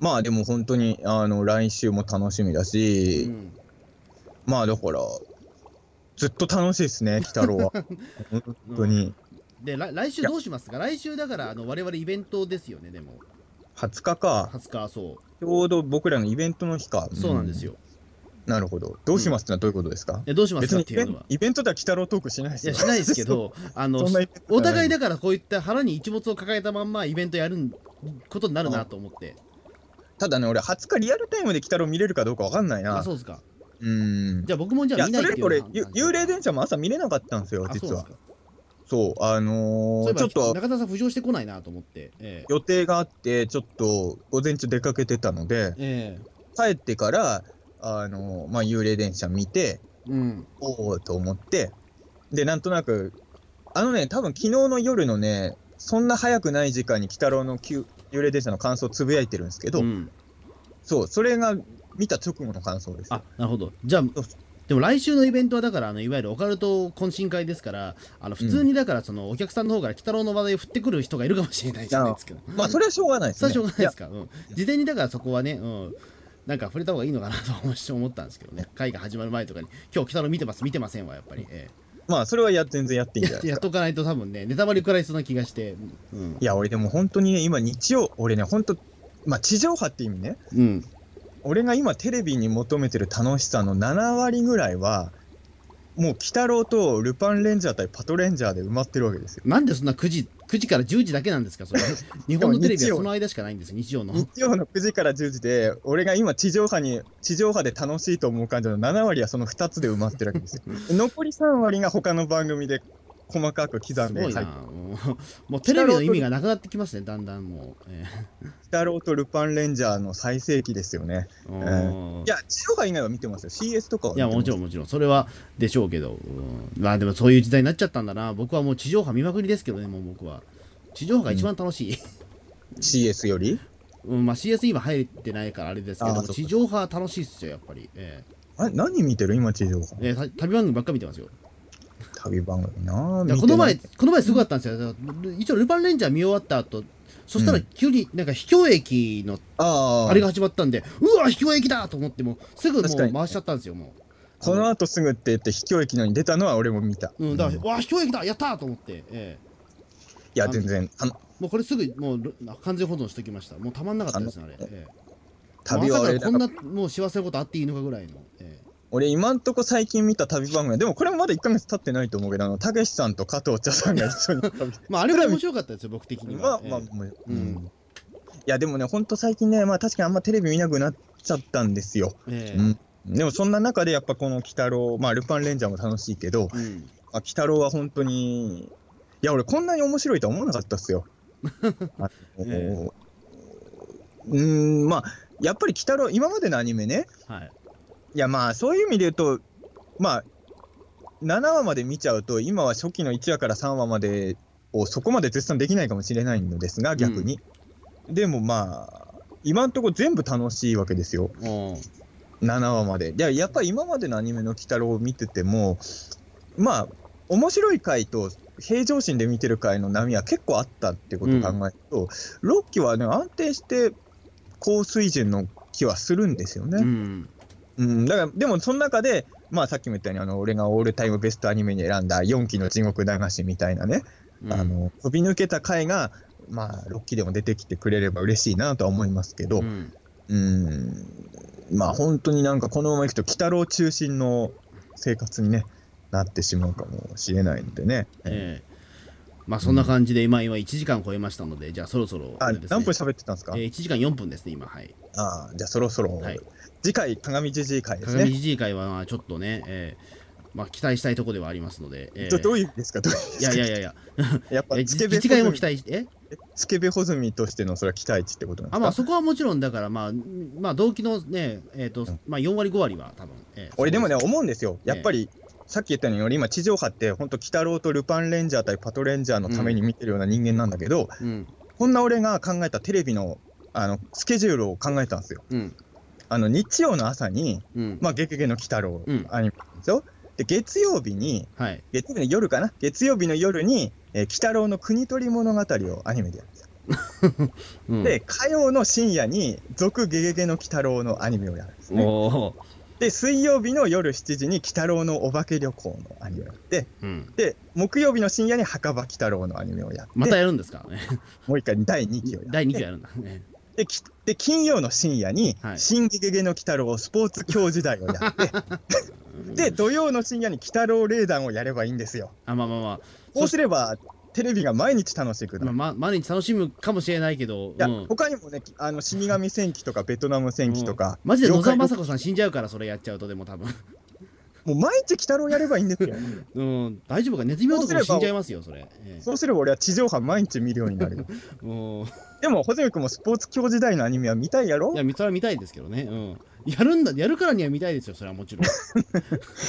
まあでも本当に、あの、来週も楽しみだし、
うん
まあだから、ずっと楽しいですね、鬼太郎 は。本当に。
で来来週どうしますか来週だからあの我々イベントですよねでも
20日か、
20日そ
ちょうど僕らのイベントの日か。
うそうなんですよ、
なるほど。どうしますってのはどういうことですか、
えどうします
別
か
に
っていうのは
イベントでは鬼太郎トークしないで
い
すよ
やしないですけ どあの
そんなイベントじゃない
お互いだからこういった腹に一物を抱えたまんまイベントやるんことになるなと思って
ただね、俺、20日リアルタイムで鬼太郎見れるかどうかわかんない
あ
な。
そうですか
うーん。
じゃあ僕もじ
い
ゃあ
や、
見な
そ
い
れ
っ
よ
て
り
いう
俺、
話
ゆ幽霊電車も朝見れなかったんですよ、
あそう
実
です
は
か。
そう、あの
そうい
ー、
えば
ちょっと
中田さん浮上してこないなと思ってええ
予定があって、ちょっと午前中出かけてたので、
ええ
帰ってから、あのー、まあ、幽霊電車見て、
うん
おおと思って、で、なんとなく、あのね、多分昨日の夜のね、そんな早くない時間に鬼太郎の旧幽霊電車の感想をつぶやいてるんですけど、
ん、
そう、それが見た直後の感想です。
あなるほどじゃあ
そう
でも来週のイベントはだからあのいわゆるオカルト懇親会ですからあの普通にだからそのお客さんの方から鬼太郎の話題を振ってくる人がいるかもしれないじゃないですけど
まあ、それはしょうがないです
そ
ね。
れはしょうがないですか、うん、事前にだからそこはね、うん、なんか触れた方がいいのかなと思う思ったんですけどね会が始まる前とかに「今日北野見てます見てませんわ」やっぱり、え
まあ、それはや全然やっていいんじゃな
え、
いです
やっ。
か
とかないと多分ねネタバレ食らいそうな気がしてうん
いや、俺でも本当にね、今日曜、俺ね、本当、まあ、地上波って意味ね、
うん
俺が今テレビに求めてる楽しさの7割ぐらいは、もう、鬼太郎とルパンレンジャー対パトレンジャーで埋まってるわけですよ。
なんでそんな9時9時から10時だけなんですか それ日本のテレビ
日
は
曜
その間しかないんです日曜の
日曜の9時から10時で、俺が今地上波に、地上波で楽しいと思う感情の7割はその2つで埋まってるわけで すよ。残り3割が他の番組で細かく刻
す
んで、
ごいな、
はい
もうもうテレビの意味がなくなってきますねだんだんもう、え
鬼太郎とルパンレンジャーの最盛期ですよね。
え
ん
うん
いや、地上波以外は見てますよ。CS とかはい見て
や
ます。
もちろんもちろんそれはでしょうけど、うんまあでもそういう時代になっちゃったんだな僕はもう地上波見まくりですけどねもう僕は地上波が一番楽しい、
CS より
うんまあ、CS 今入ってないからあれですけど
あー
も
そうか
地上波楽しいっすよやっぱり、え
あ何見てる今地上波
えええた旅番組ばっか見てますよ
旅番組なぁ
いや
見
こ
て
の
ない
前この前すごかったんですよ一応ルパンレンジャー見終わった後そしたら急になんか秘境駅の
ああ
あれが始まったんで、うわ秘境駅だと思ってもうすぐも
確か
う
に
回しちゃったんですよも
この後すぐって言って秘境駅のに出たのは俺も見た、
う、うん、だから、
いう
わ秘境駅だやったーと思って、ええ
や全然あの
もうこれすぐもうル完全保存しときましたもうたまんなかったですねあれ、ええ
旅は
まさ
俺
か
だ
こん
から
なもう幸せなことあっていいのかぐらいの、ええ
俺今んとこ最近見た旅番組でもこれもまだ1ヶ月経ってないと思うけどあのたけしさんと加藤茶さんが一緒に旅
まああれぐらい面白かったですよ僕的 に
まあ
は、ええ
まあ、もう
う
うんん、いやでもねほんと最近ねまあ確かにあんまテレビ見なくなっちゃったんですよ、
ええ
うん、でもそんな中でやっぱこの鬼太郎まあルパンレンジャーも楽しいけど
うん
あ鬼太郎は本当に、いや、俺、こんなに面白いとは思わなかったっ すよ。あの
え
うーん、まあ、やっぱり鬼太郎、今までのアニメね、
はい。
いや、まあ、そういう意味で言うと、まあ、7話まで見ちゃうと、今は初期の1話から3話までをそこまで絶賛できないかもしれないのですが、逆に。でもまあ、今んとこ全部楽しいわけですよ。
お
7話まで。で、やっぱり今までのアニメの鬼太郎を見てても、まあ、面白い回と平常心で見てる回の波は結構あったってことを考えると、6期はね、安定して高水準の気はするんですよ
う
ね。
ん。
うん、だから、でもその中で、まあさっきも言ったように、あの、俺がオールタイムベストアニメに選んだ4期の地獄流しみたいなね、
うん
あ、の、飛び抜けた回が、まあ6期でも出てきてくれれば嬉しいなとは思いますけど、
うん
うーん、まあ本当になんかこのままいくと、鬼太郎中心の生活に、ね、なってしまうかもしれないんでね。
ええまあそんな感じで今今1時間超えましたのでじゃあそろそろ
あ
あれですね
何分喋ってたんですか、
えー1時間4分ですね今はい。
あああ、じゃあそろそろ、
はい
次回、鏡じじい会です
鏡
ね。
じじい会はまあちょっとね、えーまあ、期待したいとこではありますので、えー
どどういう意味ですか、どういう意味
い
です
や
か。
いやいやいや、
やっぱ
え
つけべ
自治
ほずみ
会も期待して、え
つけべほずみとしてのそれは期待値ってことなんで
あ
すか。
まあ、そこはもちろんだから、まあ、まあ、動機のね、えっとまあ、4割、5割は多分、えー
俺でもね、
そう
思うんですよ。やっぱり、さっき言ったように、今、地上波って、本当、鬼太郎とルパンレンジャー対パトレンジャーのために見てるような人間なんだけど、
すうん、
こんな俺が考えたテレビのあのスケジュールを考えたんですよ。
うん、
あの日曜の朝に、
うん、
まあ、ゲゲゲの鬼太郎
うん
アニメなんですよ。で、月曜日に、
はい。
月曜日の夜かな、月曜日の夜に、えー、鬼太郎の国取り物語をアニメでやるんですよ。
うん、
で、火曜の深夜に、続ゲゲゲの鬼太郎のアニメをやるんですね。
おお、
で、水曜日の夜7時に、鬼太郎のお化け旅行のアニメをやって、
うん、
で、木曜日の深夜に墓場鬼太郎のアニメをやって、
またやるんですか、ね、
もう一回第2期をや
第2期やるんだ、ね、
るできで、金曜の深夜に
は、い
新ゲゲゲの鬼太郎スポーツ教時代をやって、 で、土曜の深夜に鬼太郎霊団をやればいいんですよ。
あまあまあまあ、
こうすれば、テレビが毎日楽しくな
まあ
る。
まあ、毎日楽しむかもしれないけど、
いや、
うん、
他にもね、あの死神戦記とかベトナム戦記とか、
マジで野沢
妖
雅子さん死んじゃうから、それやっちゃうと、でも多分、
怪もう毎日鬼太郎やればいいんですよ。
うん、大丈夫か、ネズミ男も死んじゃいますよ、それ。え
そうすれば俺は地上波毎日見るように なるよ。
えうん
でも、穂積君もスポーツ教時代のアニメは見たいやろ
いや、それは見たいですけどね、うん、やるんだ、やるからには見たいですよ、それはもち ろん。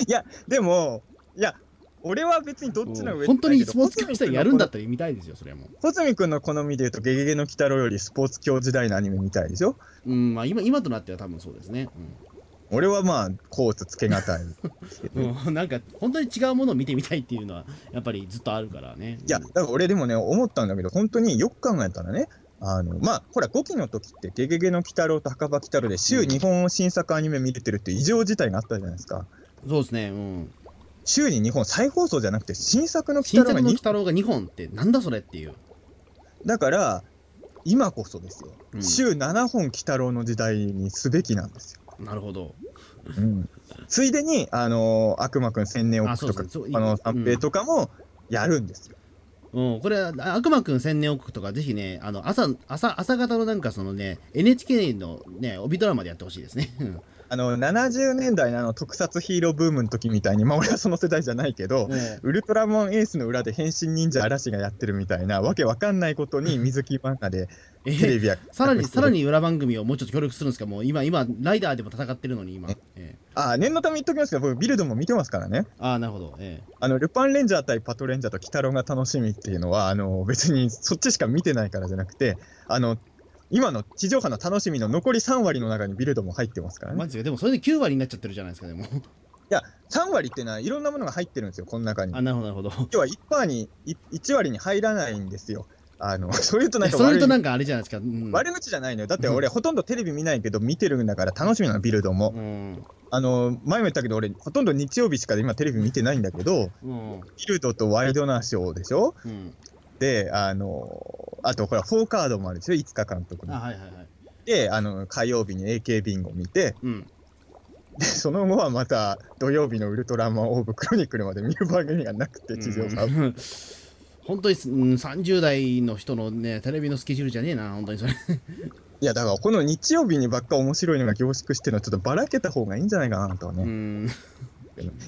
いや、でも、いや、俺は別にどっちの上
本当にスポーツ
教
教したらやるんだったら見たいですよ、それはもう。
穂積君の好みで言うと、ゲゲゲの鬼太郎よりスポーツ教時代のアニメ見たいでしょ
うん、まあ今今となっては多分そうですね。
俺はまあ、コーツつけがたい。
うん、うんなんか本当に違うものを見てみたいっていうのはやっぱりずっとあるからね。
いや、だから俺でもね、思ったんだけど、本当によく考えたらね、あの、まあ、ほら、5期の時って、ゲゲゲの鬼太郎と墓場鬼太郎で、週2本新作アニメ見れてるっていう異常事態があったじゃないですか。
そうですね。うん。
週に2本、再放送じゃなくて、新作の鬼
新
太
作
郎が
の鬼
2
太郎が2本ってなんだそれっていう。
だから、今こそですよ。
うん
週7本鬼太郎の時代にすべきなんですよ。
なるほど。
うんついでに、あの悪魔くん千年億
あ
とか、
そうそうそう
あの三平とかもやるんですよ。
うん、これあ悪魔くん千年王国とかぜひねあの朝朝朝方のなんかそのね NHK のね帯ドラマでやってほしいですね。うん
あの、70年代のあの特撮ヒーローブームの時みたいに、まあ俺はその世代じゃないけど、
ね
ウルトラマンエースの裏で変身忍者嵐がやってるみたいなわけわかんないことに水木漫画で
え
テレビや
さらにさらに裏番組をもうちょっと協力するんですかもう今今ライダーでも戦ってるのに今。ええ
あ念のため言っときますけど僕ビルドも見てますからね
ああなるほど。え
あのルパンレンジャー対パトレンジャーと鬼太郎が楽しみっていうのはあの別にそっちしか見てないからじゃなくてあの今の地上波の楽しみの残り3割の中にビルドも入ってますか
え
ら
マ
ね
ジででもそれで9割になっちゃってるじゃないですかでも。
いや3割っていうのはいろんなものが入ってるんですよこの中に
あなるほどなるほど。
今日は1%にい1割に入らないんですよ あのそういうとなんか
それ
悪い
となんかあれじゃないですか。うん、
悪口じゃないのよ。だって俺、ほとんどテレビ見ないけど、見てるんだから楽しみなの、ビルドも。
うん。
あの、前も言ったけど、俺、ほとんど日曜日しか今テレビ見てないんだけど、
うん。
ビルドとワイドナショーでしょ
うん。
で、あの、あとほら、フォーカードもあるでしょいつか監督
あ、
の。
はいはいはい。
で、あの、火曜日に AK ビンゴ見て、
うん。
で、その後はまた土曜日のウルトラマンオーブクロニクルまで見る番組がなくて、地上波。
うん本当にす、うん、30代の人のね、テレビのスケジュールじゃねえな、本当にそれ。
いや、だからこの日曜日にばっか面白いのが凝縮してるのは、ちょっとばらけた方がいいんじゃないかなとはね
う。ん。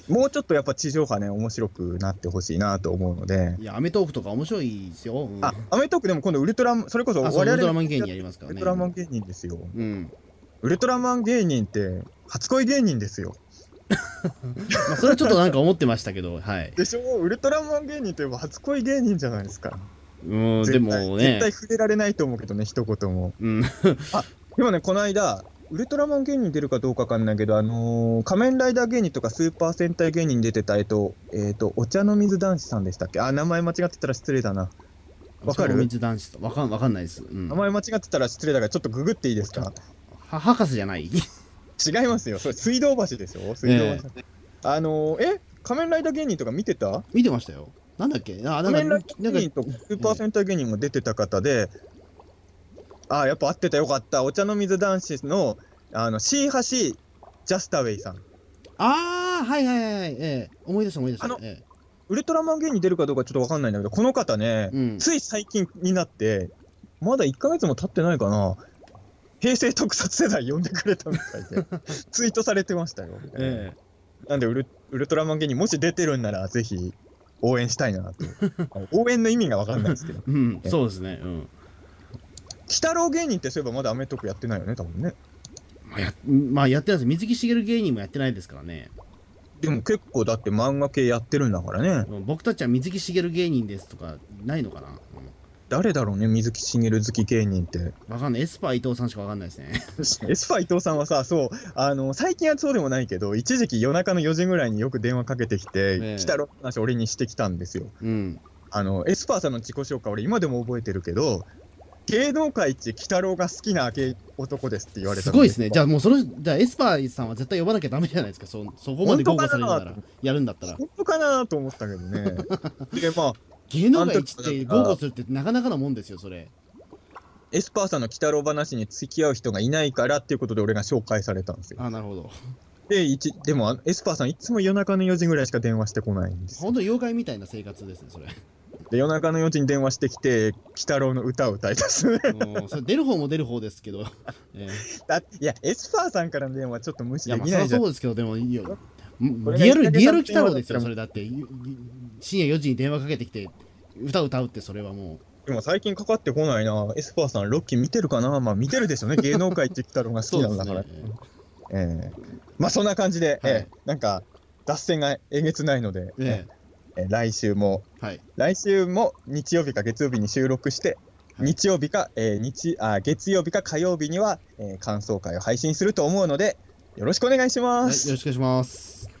もうちょっとやっぱ地上波ね、面白くなってほしいなと思うので、
いや、アメトーークとか面白いですよ。うん、
あ、アメトークでも今度ウルトラマン、それこそ
あ
我
そうウ
々
ルトラマン芸人やりますから
ウル
ね。
トラマン芸人ですよ。
うん。
ウルトラマン芸人って、初恋芸人ですよ。
まあ、それはちょっとなんか思ってましたけ ど、はい。
でしょウルトラマン芸人といえば初恋芸人じゃないですか。
うん、で
絶対
も
絶
ね。
対触れられないと思うけどね、一言も。
うん。
でもね、この間、ウルトラマン芸人出るかどうかわかんないけど、あのー仮面ライダー芸人とかスーパー戦隊芸人出てた、えっと、えっと、お茶の水男子さんでしたっけあ、名前間違ってたら失礼だな。わかる
お水男子とわかん、わかんないです。うん
名。前間違ってたら失礼だから、ちょっとググっていいですか
は博士じゃない。
違いますよ、それ水道橋ですよ、水道橋。あのー、え仮面ライダー芸人とか見てた
見てましたよ。なんだっけあ、な
仮
んか、
面
な
ラ
ん
イ
か
ダー芸人とスーパー戦隊芸人も出てた方で、ああ、やっぱ合ってたよかった、お茶の水男子のあのシーハシジャスタウェイさん。
ああ、はいはいはいはい。ええ思い出した思い出した。
あの
ええ
ウルトラマン芸人出るかどうかちょっとわかんないんだけど、この方ね、
うん
つい最近になって、まだ1ヶ月も経ってないかな、平成特撮世代呼んでくれたみたい で、ツイートされてましたよ。
え
なんでウル、ウルトラマン芸人、もし出てるんなら、ぜひ応援した いなと。応援の意味が分かんないですけど。
えうん、そうですね。うん。
鬼太郎芸人ってそういえばまだアメトークやってないよね、多分ね。
まあ、やまあ、やってないです。水木しげる芸人もやってないですからね。
でも結構だって漫画系やってるんだからね。
うん僕たちは水木しげる芸人ですとか、ないのかな、う
誰だろうね、水木しげる好き芸人って。
ん、わかんない。エスパー伊藤さんしかわかんないですね。
エスパー伊藤さんはさ、そう、あの、最近はそうでもないけど、一時期夜中の4時ぐらいによく電話かけてきて、
ええ
鬼太郎の話俺にしてきたんですよ。
うん。
あの、エスパーさんの自己紹介俺今でも覚えてるけど、芸能界一鬼太郎が好きな芸男ですって言われた
す
の
ごいですね。じゃ
ゃ
あもうその、じゃあエスパーさんは絶対呼ばなきゃダメじゃないですか。そそこまで豪華されるな
本当
ら
か、
やるんだったら。
本当かなと思ったけどね。 で、まあ、
芸能界一って豪語するってなかなかのもんですよ、それ。
エスパーさんの鬼太郎話に付き合う人がいないからっていうことで俺が紹介されたんですよ。
あ、なるほど。
で、一でもあのエスパーさんいつも夜中の4時ぐらいしか電話してこないんですよ
本当に妖怪みたいな生活ですね、それ。
で、夜中の4時に電話してきて、鬼太郎の歌を歌い出す。
うんそれ出る方も出る方ですけど。 ええ
だいや、エスパーさんからの電話ちょっと無視
い
で
や、まあ、
き
そ
な
り
い
ゃ
じゃん。
そうですけど、でもいいよ。
これ
ん
が
リアル、
一ヶ月
リアル鬼太郎
半
ですよ、
だ
それだって。ゆゆ深夜4時に電話かけてきて、歌歌うって、それはも
でも最近かかってこないな。エスパーさん、ロッキー見てるかなまあ見てるでしょうね。芸能界って鬼太郎が
う。
好きなんだ
ね
から。
ええ
ええまあそんな感じで、
はい
ええなんか、脱線がえげつないので、
え
ええ来週も、
えはい。
来週も日曜日か月曜日に収録して、
はい
日曜日か、ええ日あ、月曜日か火曜日には、ええ感想会を配信すると思うので、よろしくお願いし
はいよ
ま
ろ
す。
しくお願いします。